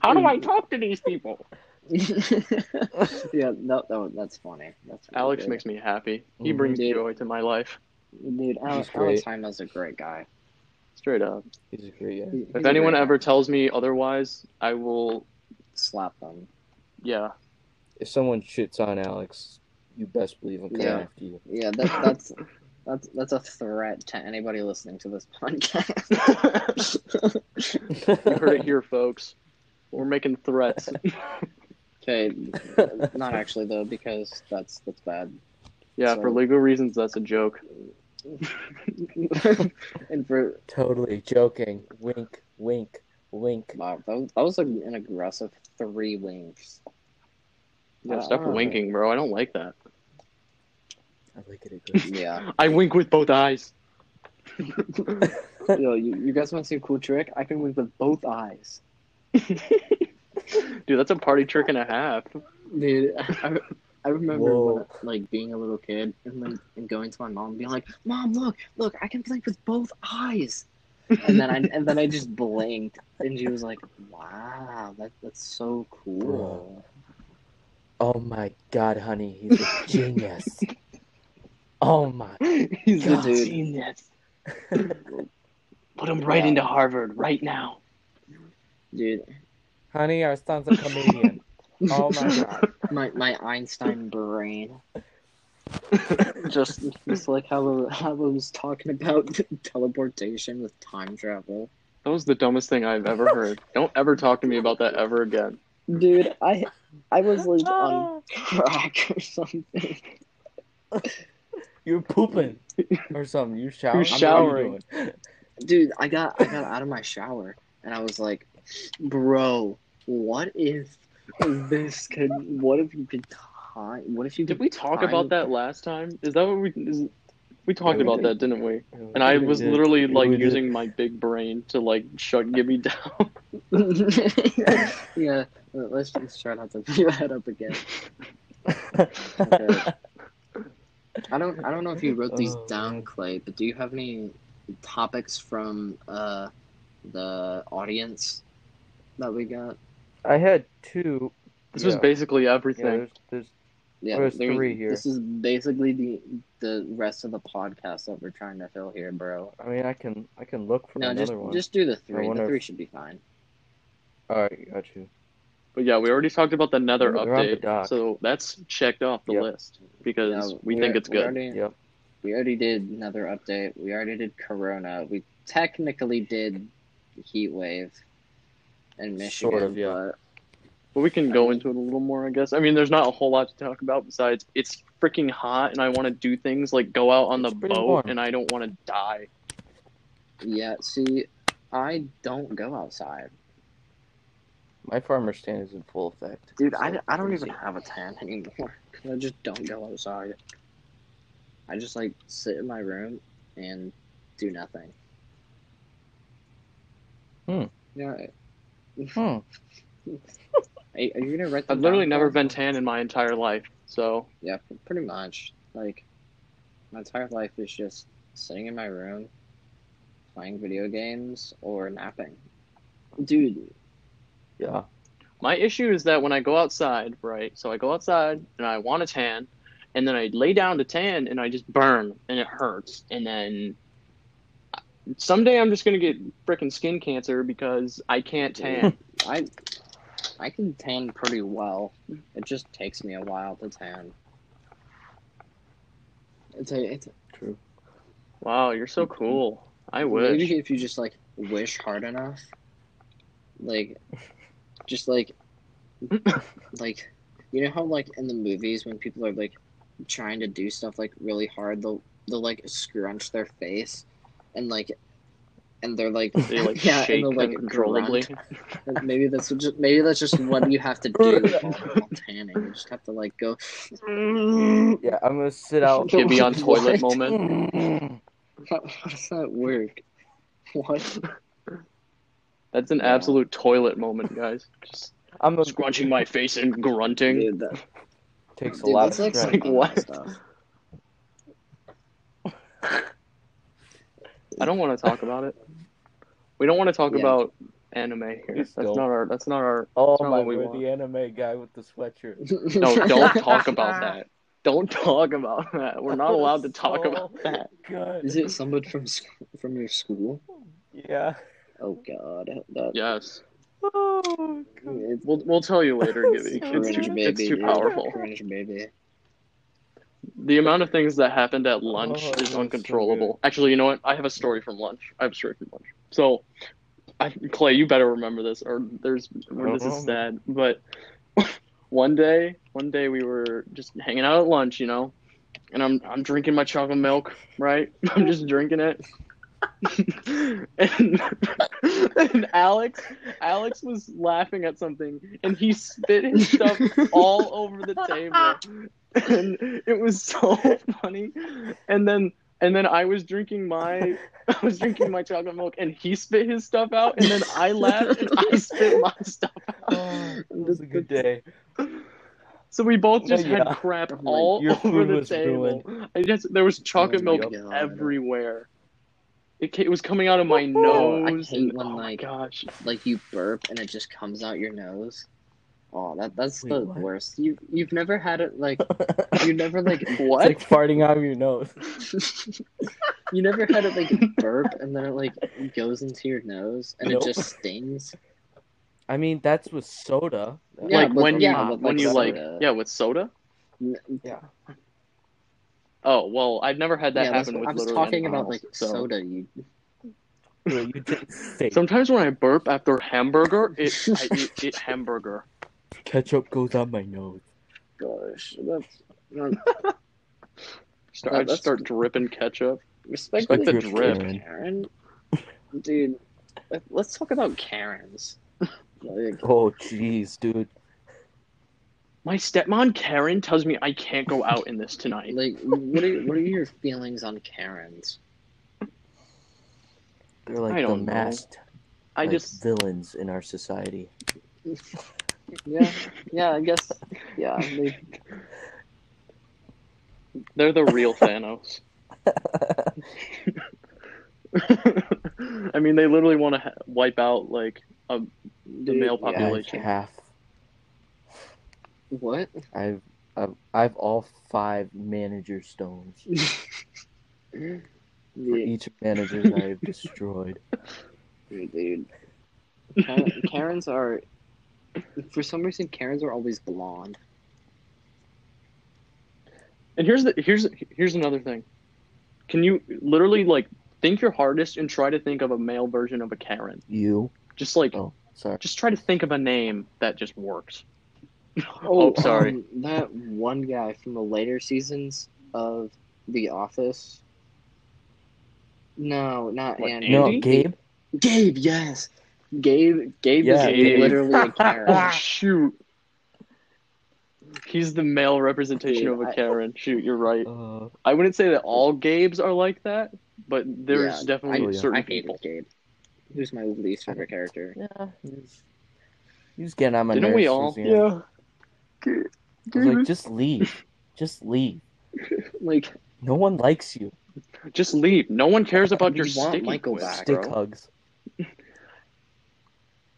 How do I talk to these people?
yeah, no, no, that's funny. That's really
Alex
good.
makes me happy. He
Mhm.
brings
Dude.
joy to my life.
dude Alex
He's
Alex
great.
Hyman's a great guy.
Straight up.
He's a great guy.
He- he's
If
a
anyone
great guy.
ever tells me otherwise, I will.
slap them,
[laughs] Yeah.
If someone shits on Alex, you best believe I'm coming
Yeah.
after you.
yeah, that, that's that's that's a threat to anybody listening to this [laughs] podcast.
you heard it here, folks. We're making [laughs] threats.
Okay, not actually though, because that's that's bad. [laughs]
Yeah, for
So-
legal reasons, that's a joke.
and for
[laughs] totally joking. Wink, wink, wink.
wow, that was, that was like an aggressive three winks.
Yeah,
Uh,
stop
uh.
winking, bro. I don't like that.
I like it. it goes.
Yeah.
I wink with both [laughs] eyes.
Yo, you, you guys want to see a cool trick? I can wink with both eyes.
Dude, that's a party trick and a half.
Dude, I, I remember
Whoa.
when, like being a little kid and then and going to my mom and being like, "Mom, look, look, I can blink with both eyes." And then I and then I just blinked, and she was like, "Wow, that that's so cool."
Oh my god, honey, he's a genius. oh my.
He's the
God,
dude.
genius. Put him right
Yeah.
into Harvard right now.
Dude,
Honey, our son's a comedian. oh my god.
my my Einstein brain. just just like how I- how I was talking about [laughs] teleportation with time travel.
That was the dumbest thing I've ever [laughs] heard. Don't ever talk to me about that ever again.
Dude, I I was like on crack or something.
You're pooping or something. You showering. What are you
showering.
doing?
Dude, I got I got out of my shower and I was like, bro, what if this could what if you could time what if you
Did
could [laughs]
we talk
I-
about that last time? Is that what we is, we talked
Yeah, we
about
did.
that, didn't we? And I was literally
We
like
did. [laughs]
using my big brain to like shut Gibby down.
Yeah, let's just try not to put your head up again. [laughs] I don't I don't know if you wrote these
Oh,
down,
man.
Clay, but do you have any topics from uh the audience that we got?
I had two.
This
Yeah.
was basically
Yeah,
everything.
there's, there's
Yeah,
There's
there-
three here.
This is basically the the rest of the podcast that we're trying to fill here, bro.
I mean, I can I can look for
No,
another
just
one.
just do the three.
wonder
The
if-
three should be fine.
All right, got you.
But yeah, we already talked about the Nether
They're on the
update,
dock.
so that's checked off the
Yep.
list because
Yeah,
we
we're-
think it's
we
good.
already-
Yep.
We already did another update. We already did Corona. We technically did heat wave in Michigan.
Sort of, yeah.
But we can go into it a little more, I guess. I mean, there's not a whole lot to talk about besides it's freaking hot, and I want to do things like go out on
It's
the
pretty
boat,
warm.
and I don't want to die.
but, yeah, see, I don't go outside.
My farmer stand is in full effect.
Dude, I,
So,
I don't
easy.
even have a tan anymore. [laughs] 'cause I just don't go outside. I just like sit in my room and do nothing.
Hmm.
Yeah.
Hmm.
Are, are you gonna write?
I've
them
literally
down,
never
Paul?
been tan in my entire life, so
Yeah, p- pretty much. Like, my entire life is just sitting in my room, playing video games, or napping. Dude,
Yeah.
My issue is that when I go outside, right? So I go outside and I want to tan, and then I lay down to tan and I just burn and it hurts. And then someday I'm just gonna get frickin' skin cancer because I
[laughs]
can't tan.
I I can tan pretty well. It just takes me a while to tan. It's a, it's
True.
wow, you're so cool. I wish.
maybe if you just like wish hard enough, like, just like, like, you know how like in the movies when people are like trying to do stuff like really hard, they'll they'll like scrunch their face, and like, and they're like,
They like
[laughs] yeah, and
shake
they'll like [laughs]
uncontrollably.
grunt. Maybe that's just maybe that's just what you have to do while while tanning. You just have to like go.
Yeah, I'm gonna
[laughs]
sit out. Mm.
Gibby on toilet
What?
moment.
[laughs] How, how does that work? What?
That's an
Yeah.
absolute toilet moment, guys. Just
I'm a,
scrunching my face and
[laughs]
grunting.
Dude, that-
takes a
Dude,
lot of
that's like
strength.
some
Like,
other
what?
stuff.
I don't want to talk about it. We don't want to talk
Yeah.
about anime here. That's
Please don't.
not our. That's not our.
Oh
That's not
my,
what we
we're
want.
the anime guy with the
[laughs]
sweatshirt.
No,
[laughs]
[laughs]
don't talk about that. Don't talk about that. We're not
That was
allowed to talk
so
about that.
Oh, Good.
Is it someone from sc- from your school?
Yeah.
Oh God, that,
Yes.
Oh, God.
it's
We'll we'll tell you
[laughs]
later, Gibby.
Cringe
It's too,
baby.
it's too
dude.
powerful.
Cringe baby.
The amount of things that happened at lunch
Oh, that was
is
so
uncontrollable. Actually, you know what? I have a story from lunch. I have a story from lunch. So, I, Clay, you better remember this, or there's or this is
Uh-huh.
sad. But [laughs] one day, one day we were just hanging out at lunch, you know, and I'm I'm drinking my chocolate milk, right? [laughs] I'm just drinking it. [laughs] and, [laughs] and Alex, Alex was laughing at something, and he spit his stuff all over [laughs] the table, and it was so funny. And then, and then I was drinking my, [laughs] I was drinking my chocolate milk, and he spit his stuff out, and then [laughs] I laughed and I spit my stuff out.
Oh, it was a good day.
So we both just
Yeah.
had crap
Like,
all
your
over
food
the
was
table. I just there was chocolate
Oh,
milk
yeah.
everywhere. It, ca- it was coming out of my
Oh, I
nose.
hate
and-
when,
oh
like-
my gosh!
Like you burp and it just comes out your nose. Oh, that that's
Wait,
the
what?
worst. You you've never had it
[laughs]
like you never like
It's
What?
like farting out of your nose.
[laughs] you never had it like burp and then it like goes into your nose and
Nope.
it just stings.
I mean, that's with soda.
Yeah,
like
but-
when you
yeah, but
when
like
you
soda.
like yeah with soda.
Yeah.
Oh well, I've never had that
yeah, that's
happen
what
with
I was
literally
talking
anything
about
else,
like
so.
soda. You
Bro, you
[laughs]
drink fake.
Sometimes when I burp after hamburger,
[laughs]
it I eat, eat hamburger.
Ketchup goes on my nose.
gosh, that's not
Start,
Yeah,
I
that's-
just start dripping ketchup.
[laughs] Respect,
Respect
the
the drip.
[laughs] Karen. Dude, let- let's talk about Karens. [laughs] Like,
Oh, jeez, dude.
My stepmom Karen tells me I can't go out in this tonight.
like what are what are your feelings on Karens?
They're like
I
the
don't know.
masked
I
like,
just
villains in our society.
Yeah, yeah, I guess. Yeah, they,
they're the
[laughs]
real Thanos. [laughs] I mean, they literally want to ha- wipe out like a, the
Dude,
male
yeah, I
I've
population.
half.
what?
I've, I've, I've all five manager stones. For
Dude,
each manager that
[laughs]
I've destroyed.
[laughs] dude. Karen- Karens are, for some reason, Karens are always blonde.
And here's the here's here's another thing. Can you literally like think your hardest and try to think of a male version of a Karen?
You?
Just like
Oh, sorry.
just try to think of a name that just works. Oh, sorry.
um, that one guy from the later seasons of The Office. No, not
What,
Andy.
No,
Andy?
Gabe?
Gabe, yes. Gabe Gabe
Yeah,
is
Gabe.
literally
[laughs]
a Karen.
Oh shoot. He's the male representation
Dude,
of a
I-
Karen. Shoot, you're right.
Uh,
I wouldn't say that all Gabes are like that, but there's
Yeah,
definitely
I- I
certain
I
people.
hated Gabe. He was my least favorite character.
yeah, he's, he's getting on my
Didn't
nerves.
we all?
Suzanne. I
Ga-
was
Gabe
like,
is-
just leave. Just leave.
Like
No one likes you.
just leave. No one cares about
We
your
want
sticky
Michael
quips.
back.
Stick
Bro.
hugs.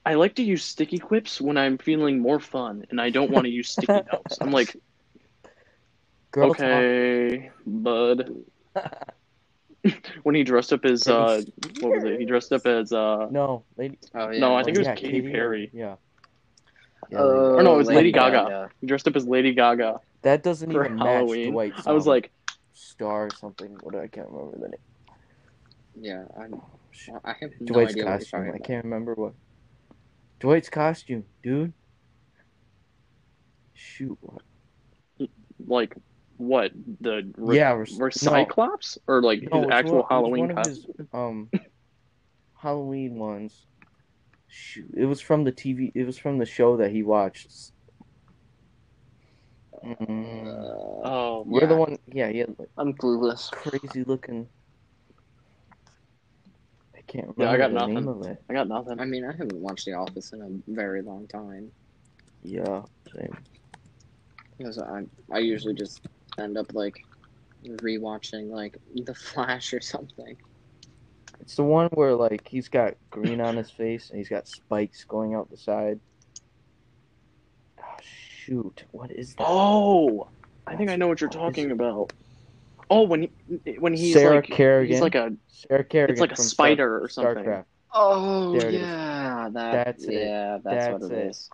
I like to use sticky quips when I'm feeling more fun and I don't want to use sticky notes. I'm like,
Girl
okay, bud. [laughs] When he dressed up as uh,
Pretty
what was it? He dressed up as uh,
talk. No, lady.
oh yeah.
No, I
oh,
think it was
yeah,
Katy
Katy
Perry. Uh,
Yeah. yeah lady.
Oh,
Or no, it was Lady Gaga.
Gaga.
he dressed up as Lady Gaga.
that doesn't
for
even match
Halloween,
Dwight's.
I was
um,
like,
star or something. What I can't remember the name.
Yeah, I,
Shit.
I have no
Dwight's
idea what
costume.
you're
I
talking
can't remember what. Dwight's costume, dude. Shoot. What?
like, what the re-
yeah, we're,
were Cyclops or like
no,
his
it's
actual
one- it's
Halloween
one of
costume?
his, um, Halloween ones. Shoot, it was from the TV. It was from the show that he watched. Mm,
about. Uh,
Oh,
we're the
yeah.
one. Yeah, he had like
I'm clueless.
crazy looking. I can't remember
Yeah, I got
the
nothing.
name of it.
I got nothing.
I mean, I haven't watched The Office in a very long time
Yeah, same.
because I I usually just end up like rewatching like The Flash or something.
It's the one where like he's got green on his face and he's got spikes going out the side. Oh, shoot, what is that?
Oh, I think I
That's-
know what you're
what is
talking
it?
about. Oh, when he, when he's
Sarah
like
Kerrigan.
he's like a
Sarah Kerrigan.
it's like a
from
spider or
Star-
something.
StarCraft.
Oh
There it is.
yeah, that,
That's it.
yeah, that's, what
That's
it
it.
is.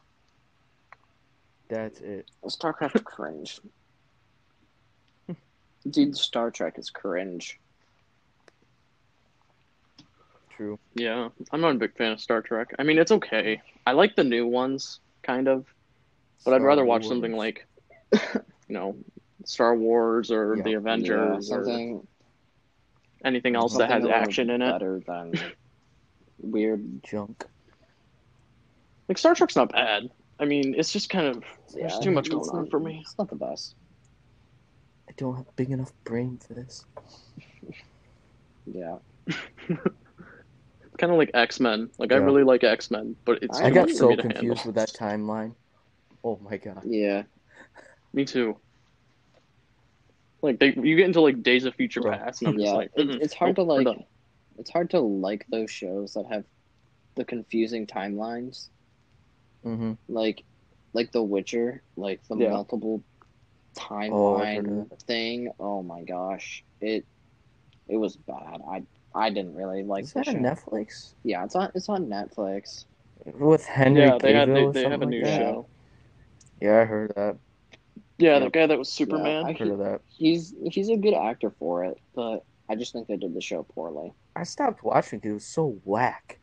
That's it.
StarCraft cringe. Dude, Star Trek is cringe.
True.
Yeah, I'm not a big fan of Star Trek. I mean, it's okay. I like the new ones kind of, but I'd
Star
rather watch
Wars.
something like [laughs] you know, Star Wars or
Yeah.
The
Yeah,
Avengers or
something
anything else
something
that has
a little
action in it.
Better than weird.
junk.
Like Star Trek's not bad. I mean, it's just kind of there's
yeah,
too much
it's
going on
not-
for me.
It's not the best.
I don't have a big enough brain for this.
Yeah,
Kind of like X Men. Like I
Yeah.
really like X Men, but it's
I
too
I got
much for
so
me to handle.
confused with that timeline. Oh my god.
yeah.
Me too. Like they, you get into like Days of Future
Yeah.
Past, and I'm
yeah,
just like,
it's,
"Mm-mm,
it's hard
nope,
to
we're
like.
done."
It's hard to like those shows that have the confusing timelines,
Mm-hmm.
like, like The Witcher, like the
Yeah.
multiple
Oh, I heard
timeline thing. Oh my gosh, it it was bad. I I didn't really like
Is
the
that on
show.
Netflix
Yeah, it's on it's on Netflix.
with Henry
Yeah, they
Cavill?
had they,
or
they have a
something
new
like that?
show.
Yeah, I heard that.
Yeah,
Yeah.
that guy that was
Yeah,
Superman.
I,
I heard of
he,
that.
he's he's a good actor for it, but I just think they did the show poorly.
I stopped watching because it was so whack.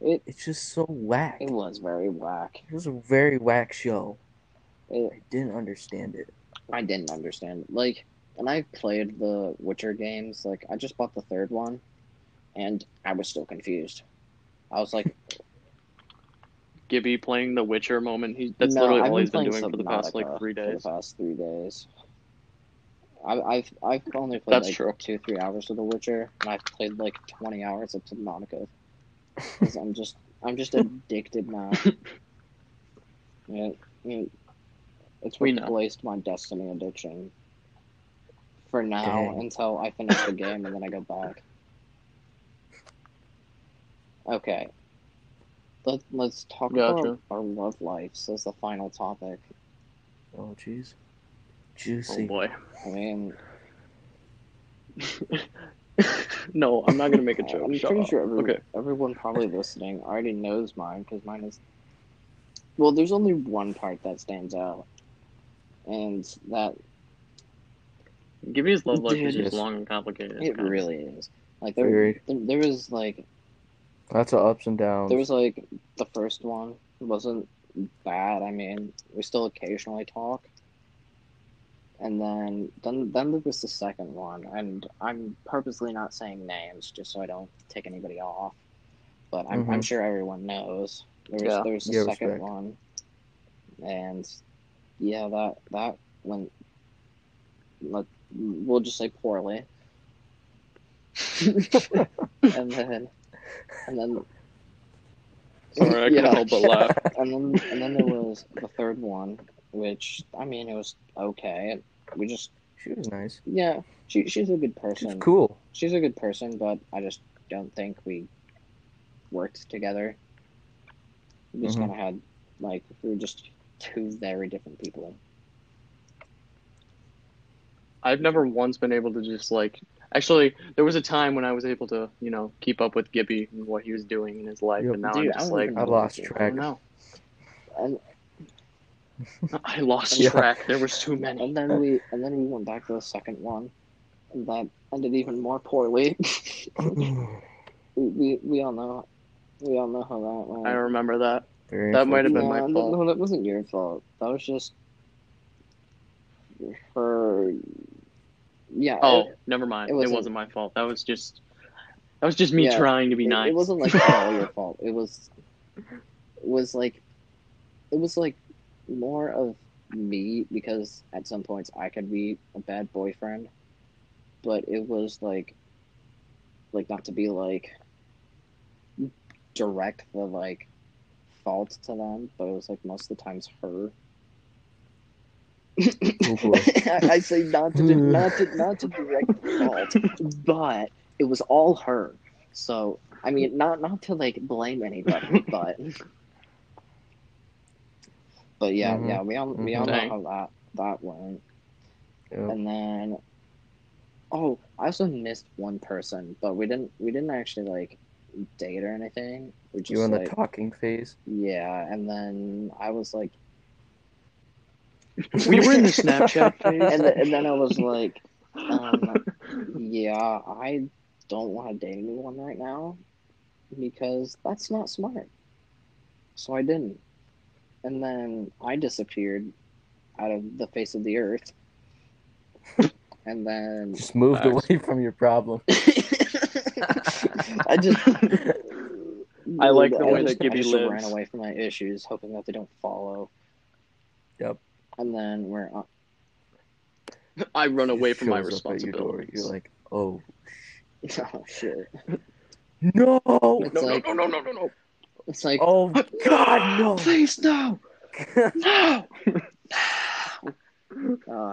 It
It's just so whack.
it was very whack.
It was a very whack show.
It,
I didn't understand it.
I didn't understand. Like, and I played the Witcher games. Like, I just bought the third one, and I was still confused. I was like,
Gibby playing the Witcher moment. He, that's
no,
literally
I've
all
been
he's been
playing
doing for the past like
Subnautica
three
for the
days.
past three days. I, I've I've only played
That's
like
true.
two three hours of The Witcher, and I've played like twenty hours of
[laughs]
Subnautica. 'Cause I'm just I'm just addicted
[laughs]
now. It, it, it's
We know.
replaced my Destiny addiction. For now,
Dang.
until I finish the game and then I go back. Okay. Let, let's talk
Gotcha.
about our love lives as the final topic.
Oh, jeez.
Oh
Juicy.
boy.
I mean,
no, I'm not gonna make a
I- [laughs]
joke.
I'm
Shut
Oh, pretty
up.
sure every,
Okay.
everyone probably listening already knows mine because mine is. Well, there's only one part that stands out, and that
Gibby's love life
Dude,
is
it's-
just long and complicated. It's
it
kinda-
really is. Like there,
Very.
there, there was like
Lots of ups and downs.
there was like the first one wasn't bad. I mean, we still occasionally talk. And then, then, then there was the second one, and I'm purposely not saying names just so I don't take anybody off. But I'm, I'm
Mhm.
sure everyone knows there was
Yeah.
there was the
Yeah,
second
respect.
one, and yeah, that that went. Let, we'll just say poorly. [laughs] and then, and then
Sorry, I
Yeah.
can't help but laugh.
and then and then there was the third one, which I mean it was okay. We just
she was nice.
yeah, she she's a good
She was
person.
cool. [clears throat]
She's a good person, but I just don't think we worked together. We just
Mhm.
kind of had like we were just two very different people.
I've never once been able to just like actually there was a time when I was able to, you know, keep up with Gibby and what he was doing in his life
Yep.
and now
Dude,
I'm
I
just
don't
like
even
I
know what
lost
you-
track.
no.
And,
[laughs] I lost
Yeah.
track. There was too many.
and then we and then we went back to the second one, and that ended even more poorly. [laughs] we, we we all know, we all know how that went.
I remember that.
Very
That might have
no,
been my
that-
fault.
No, that wasn't your fault. That was just her. Yeah.
Oh,
it,
never mind.
it
It
wasn't-
wasn't, my fault. That was just that was just me
Yeah,
trying to be
it,
nice.
it wasn't like
[laughs]
all your fault. It was, it was like, it was like more of me because at some points I could be a bad boyfriend, but it was like, like not to be like direct the like fault to them, but it was like most of the times her.
Oh,
[laughs]
boy.
[laughs] I I say not to not
Hmm.
to not to direct fault, but it was all her. So I mean, not not to like blame
[laughs]
anybody, but but yeah,
Mhm.
yeah, we all we all know
Mhm.
how that that went,
Yep.
and then oh, I also missed one person, but we didn't we didn't actually like date or anything. We just
You in the
like
talking phase?
yeah, and then I was like,
we
[laughs]
were in the Snapchat phase.
and, then and then I
[laughs]
was like. Um, yeah, I don't want to date anyone right now because that's not smart. So I didn't. And then I disappeared out of the face of the earth. and then
Just moved
Facts.
away from your problem.
I just
[laughs] I like the
I
way
just-
that Gibby
I just ran
lives.
away from my issues, hoping that they don't follow.
Yep.
And then we're on [laughs]
I run away
Just
from my
shows up at your door.
responsibilities.
You're like, oh,
oh shit.
[laughs]
no!
It's
no,
like-
no, no, no, no, no,
It's like
Oh,
no. [laughs]
[laughs] God, no!
Please, no. No.
Uh,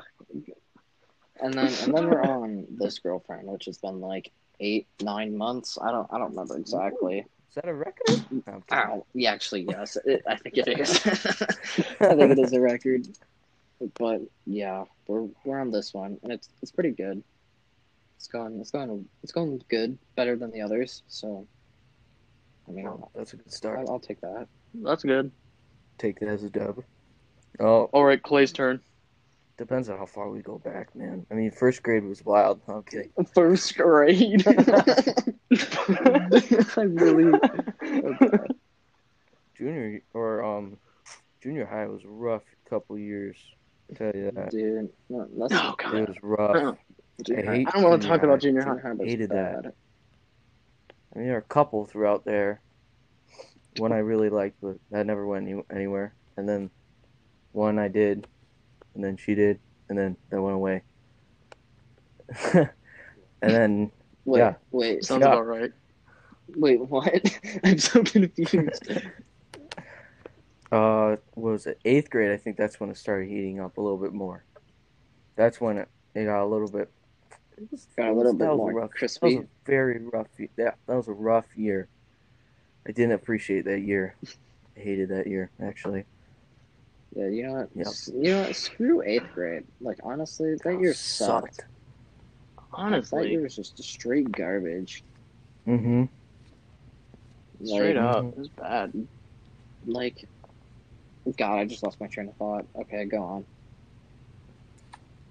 and then and then we're on this girlfriend, which has been like eight, nine months. I don't I don't remember exactly.
Is that a record? No, I'm kidding.
Ow. Yeah, actually, yes. It, I think it [laughs] is. I think it is a record. But yeah, we're we're on this one, and it's it's pretty good. It's gone. It's gone. It's gone good, better than the others. So, I mean, I'll,
Oh, [laughs] that's a good start.
I'll take that.
That's good.
Take that as a dub. Oh,
All right, Clay's turn.
depends on how far we go back, man. I mean, first grade was wild. Okay.
[laughs] First grade. [laughs] I [laughs] really. oh,
Junior or um, junior high was rough. Couple years. I tell you that.
Dude, no, that's
oh
It
God.
was rough. I hate
I don't want to
junior
talk
high.
about junior high.
Junior high was
Hated that.
bad.
I mean, there are a couple throughout there. One I really liked, but that never went any- anywhere. And then one I did, and then she did, and then that went away. [laughs] and then
Wait,
Yeah.
wait,
Sounds
Yeah.
about right.
wait, what? [laughs] I'm so
[laughs]
confused.
Uh, what was it? Eighth grade. I think that's when it started heating up a little bit more. That's when it, it got a little bit. It was,
Got a little
that
bit
was
more
rough,
crispy.
That was a very rough. ye- That that was a rough year. I didn't appreciate that year. I hated that year actually.
yeah, you know what?
Yeah.
S- You know what? Screw eighth grade. Like honestly, that
Oh,
year sucked. that year
Honestly,
was just straight garbage.
Mm-hmm.
Like, mm-hmm.
straight up,
Mhm.
it was bad.
Like, God, I just lost my train of thought. Okay, go on.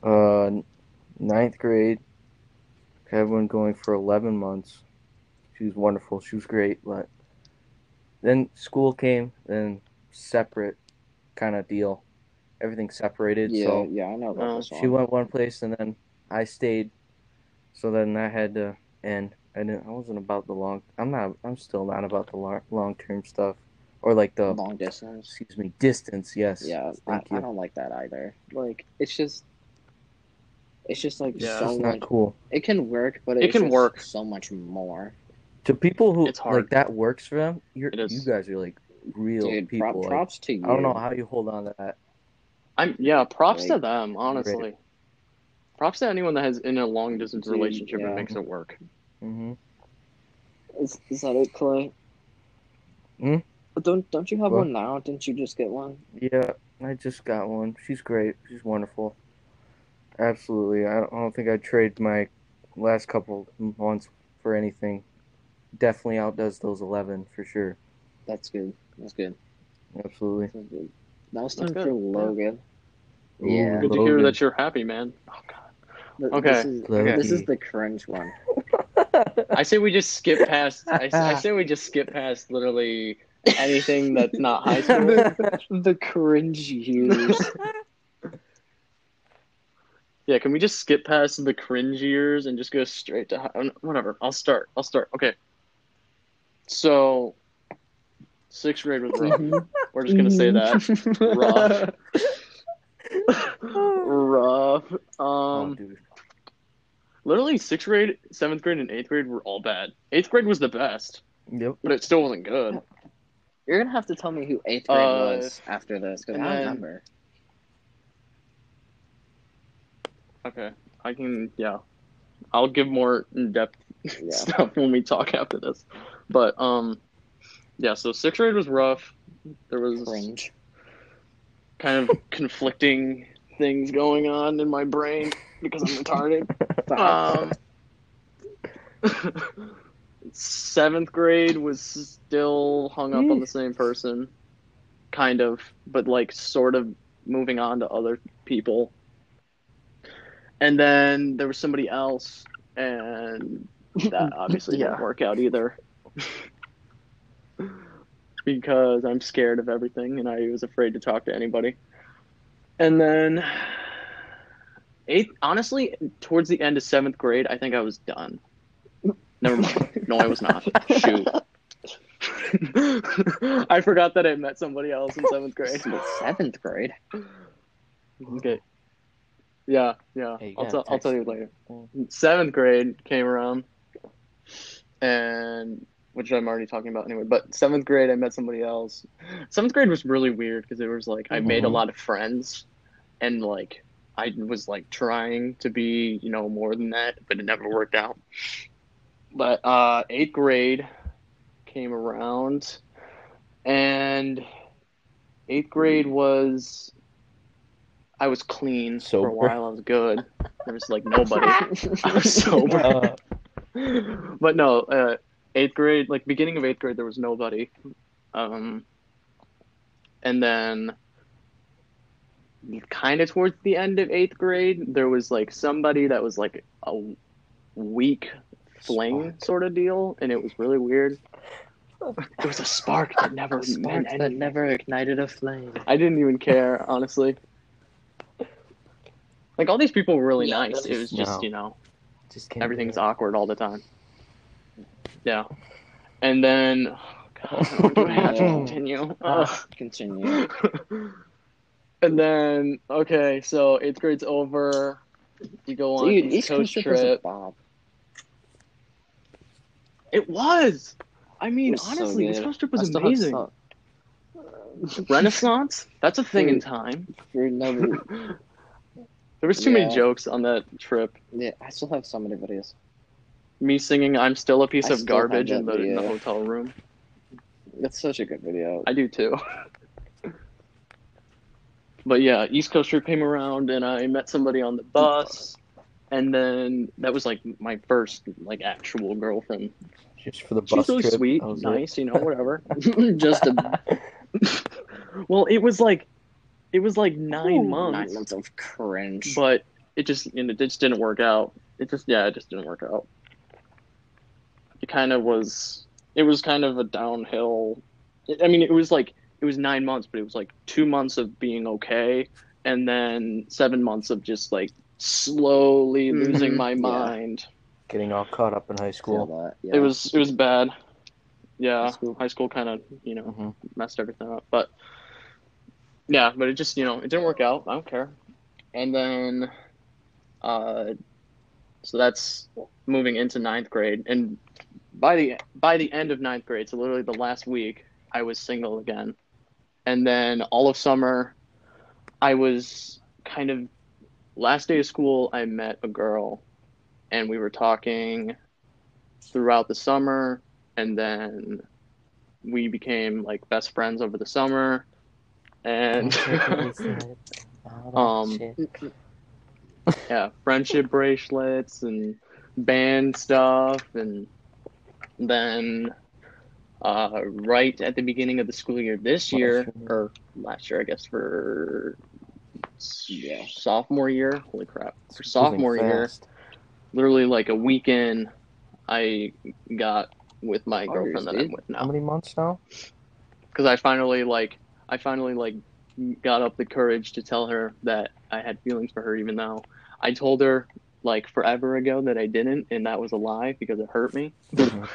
Uh, n- ninth grade. Had one going for eleven months. She was wonderful. She was great, but then school came. Then separate kind of deal. Everything separated.
yeah,
So
yeah, I know about
Oh,
this one.
she went one place, and then I stayed. So then I had to end. I didn't. I wasn't about the long. I'm not. I'm still not about the long long term stuff, or like the
long distance.
excuse me distance. Yes.
Yeah, I,
Thank
I
you.
don't like that either. Like, it's just, it's just like
Yeah.
so
It's
much.
not cool.
It can work, but
It
it's
can
just
work.
so much more.
to people who
It's hard.
like that works for them. You're
It is.
you guys are like real
Dude, prop-
people. like,
props to you.
I don't know how you hold on to that.
I'm yeah. Props to
Great.
them, honestly. Props to anyone that has in a long distance
Dude,
relationship
yeah.
and makes it work.
Mm-hmm.
Is, is that it, Clay?
Hmm?
But don't don't you have
What?
one now? Didn't you just get one?
Yeah, I just got one. She's great. She's wonderful. Absolutely. I don't, I don't think I'd trade my last couple months for anything. Definitely outdoes those eleven for sure.
That's good. That's good.
Absolutely.
That's good. Now it's time
That's
for
good.
Logan.
Ooh,
Yeah.
Good to
Logan.
hear that you're happy, man. Oh God.
Th-
Okay.
This is,
Logan.
this is the cringe one.
I say we just skip past. I, s-
[laughs]
I say we just skip past literally anything that's not
[laughs]
high
[laughs]
school.
Oh,
the cringe years.
Yeah, can we just skip past the cringe years and just go straight to hi- whatever? I'll start. I'll start. Okay. So, sixth grade was rough. We're just gonna say that
Mm-hmm.
[laughs] rough, rough.
Oh,
Um,
dude.
literally sixth grade, seventh grade, and eighth grade were all bad. Eighth grade was the best,
Yep.
but it still wasn't good.
You're gonna have to tell me who eighth grade
Uh,
was after this because I
and
don't
then-
remember.
Okay, I can. Yeah, I'll give more in depth
Yeah.
[laughs] stuff when we talk after this. But um, yeah. So sixth grade was rough. There was
Cringe.
kind of conflicting things going on in my brain because I'm retarded. [laughs] Um, seventh grade was still hung up on the same person, kind of, but like sort of moving on to other people. And then there was somebody else, and that obviously
Yeah.
didn't work out either. because I'm scared of everything and I was afraid to talk to anybody. And then eighth honestly, towards the end of seventh grade, I think I was done. Never mind. No, I was not. Shoot. [laughs] I forgot that I met somebody else in seventh grade.
Seventh grade.
Okay. Yeah, yeah.
Hey, you
I'll,
gotta
tell. I'll tell you
text
later.
me. Mm.
Seventh grade came around, and which I'm already talking about anyway. But seventh grade, I met somebody else. Seventh grade was really weird because it was like I made a
Mhm.
lot of friends, and like I was like trying to be, you know, more than that, but it never worked out. But uh, eighth grade came around, and eighth
Hmm.
grade was I was clean for
Sober.
a while. I was good. There was
[laughs]
like [laughs] nobody. I
[laughs]
was sober
Uh,
but no, uh, eighth grade, like beginning of eighth grade, there was nobody. Um, and then kind of towards the end of eighth grade, there was like somebody that was like a weak fling
Spark.
sort of deal, and it was really weird. There was a spark that never meant
that
anything.
never ignited a flame.
I didn't even care, honestly. Like all these people were really
Yeah,
nice.
that
It was
is-
just,
No.
you know,
just can't
everything's
do
awkward all the time. Yeah, and then [gasps]
[laughs]
God, where do I have to continue? Oh, Ugh.
Oh, Continue.
and then okay, so eighth grade's over. You go on
Dude,
East, Coast
was a
trip.
bob.
It was. I mean,
It was so
honestly, East
good.
Coast trip
I
was
still have
amazing.
some-
Renaissance. That's a thing in
Dude.
time.
You're never-
There was too
Yeah.
many jokes on that trip.
yeah, I still have some of the videos.
Me singing "I'm still a piece
I
of
still have
garbage" in
that
the, in the
video.
hotel room.
That's such a good video.
I do too. [laughs] but yeah, East Coast trip came around, and I met somebody on the bus, and then that was like my first like actual girlfriend.
that. just for the
She was
bus
really
trip.
sweet,
that was it.
nice, you know,
[laughs]
whatever. [laughs]
Just a
well, it was like, it was like nine
Ooh,
months,
Nine months of cringe.
but it just and it just didn't work out. It just yeah, it just didn't work out. It kind of was. It was kind of a downhill. I mean, it was like it was nine months, but it was like two months of being okay, and then seven months of just like slowly
Mhm,
losing my
yeah.
mind.
Getting all caught up in high school.
Feel that,
It
yeah.
was it was bad. Yeah,
High school.
high school kind of you know
Mhm.
messed everything up, but yeah, but it just you know it didn't work out. I don't care. And then, uh, so that's moving into ninth grade, and by the by the end of ninth grade, so literally the last week, I was single again, and then all of summer, I was kind of last day of school. I met a girl, and we were talking throughout the summer, and then we became like best friends over the summer, and. [laughs]
Oh,
Um, yeah, friendship bracelets and band stuff, and then uh, right at the beginning of the school year this
Last
year,
year.
or last year, I guess for s-
Yeah.
sophomore year. Holy crap! For
Moving
sophomore year,
fast.
literally like a weekend, I got with my
Oh,
Ours,
girlfriend that I'm
dude.
with
How
now
many months now?
because I finally like I finally like got up the courage to tell her that I had feelings for her, even though I told her like forever ago that I didn't, and that was a lie because it hurt me.
Mhm.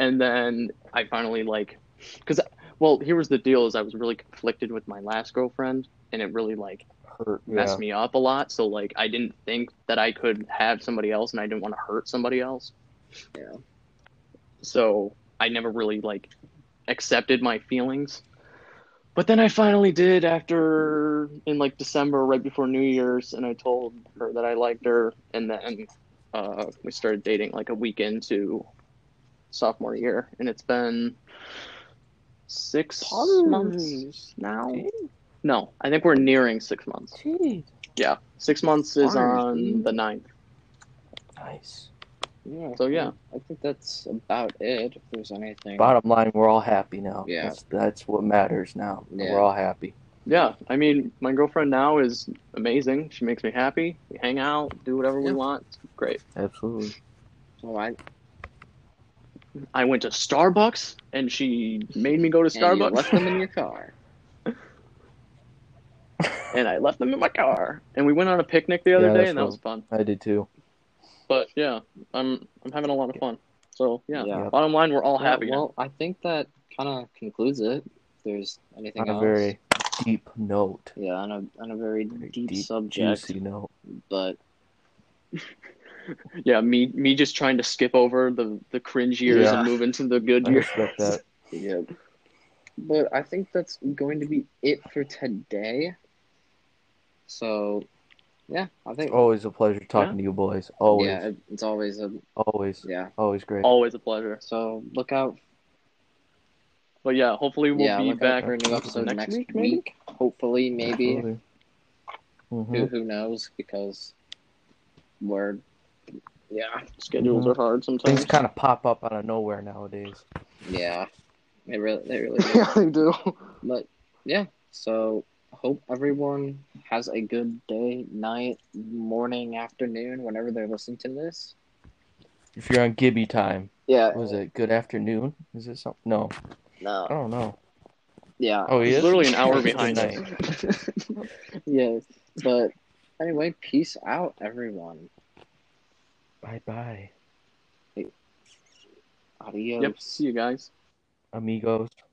And then I finally like, because well, here was the deal: is I was really conflicted with my last girlfriend, and it really like [laughs]
Hurt.
messed
Yeah.
me up a lot. So like, I didn't think that I could have somebody else, and I didn't want to hurt somebody else.
Yeah.
So I never really like accepted my feelings. But then I finally did after in like December, right before New Year's, and I told her that I liked her, and then uh, we started dating like a week into sophomore year, and it's been six months now. No, I think we're nearing six months.
Jeez.
Yeah, six months is
Orange,
on
dude.
the 9th.
Nice.
Yeah, I
So,
think-
yeah.
I think that's about it. If there's anything.
Bottom line, we're all happy now.
Yeah.
That's, that's what matters now.
Yeah.
We're all happy.
Yeah, I mean, my girlfriend now is amazing. She makes me happy. We hang out, do whatever we
Yeah.
want. It's Great.
Absolutely.
Oh, I-
I went to Starbucks, and she made me go to
And you
Starbucks,
left them
[laughs]
in your car.
and I left them in my car. And we went on a picnic the other
Yeah,
day,
that's
and that
what-
was fun.
I did too.
But yeah, I'm I'm having a lot of fun. So yeah,
Yeah.
bottom line, we're all
Yeah,
happy. now.
well, I think that kind of concludes it. If there's anything
On a
else.
very deep note.
Yeah, on a on a very deep,
deep,
subject,
[laughs]
Juicy note.
but
Yeah, me me just trying to skip over the the cringe years
Yeah.
and move into the
[laughs]
good
I
years.
respect that.
yeah. But I think that's going to be it for today. So, yeah, I think.
Always a pleasure talking
Yeah.
to you boys. Always,
Yeah, it- it's always a
always,
yeah.
always great.
Always a pleasure.
So look out.
But yeah, hopefully we'll
yeah,
be
look
back
out for
for
a new episode
next,
next
week,
week.
maybe.
Hopefully, maybe.
hmm
Who who knows? Because word. Yeah,
Schedules
Mhm.
are hard
Things
sometimes.
kind of pop up out of nowhere nowadays.
yeah. It really, it really. do.
[laughs] yeah, they do.
But yeah, so hope everyone has a good day, night, morning, afternoon, whenever they're listening to this.
If you're on Gibby time,
Yeah.
was it good afternoon? Is it something? No, I
No.
don't know.
Yeah.
Oh, he
He's
is?
literally an hour
[laughs]
Good
behind us.
night.
Yeah. But anyway, peace out, everyone.
Bye bye,
Adios.
Yep. See you guys.
amigos.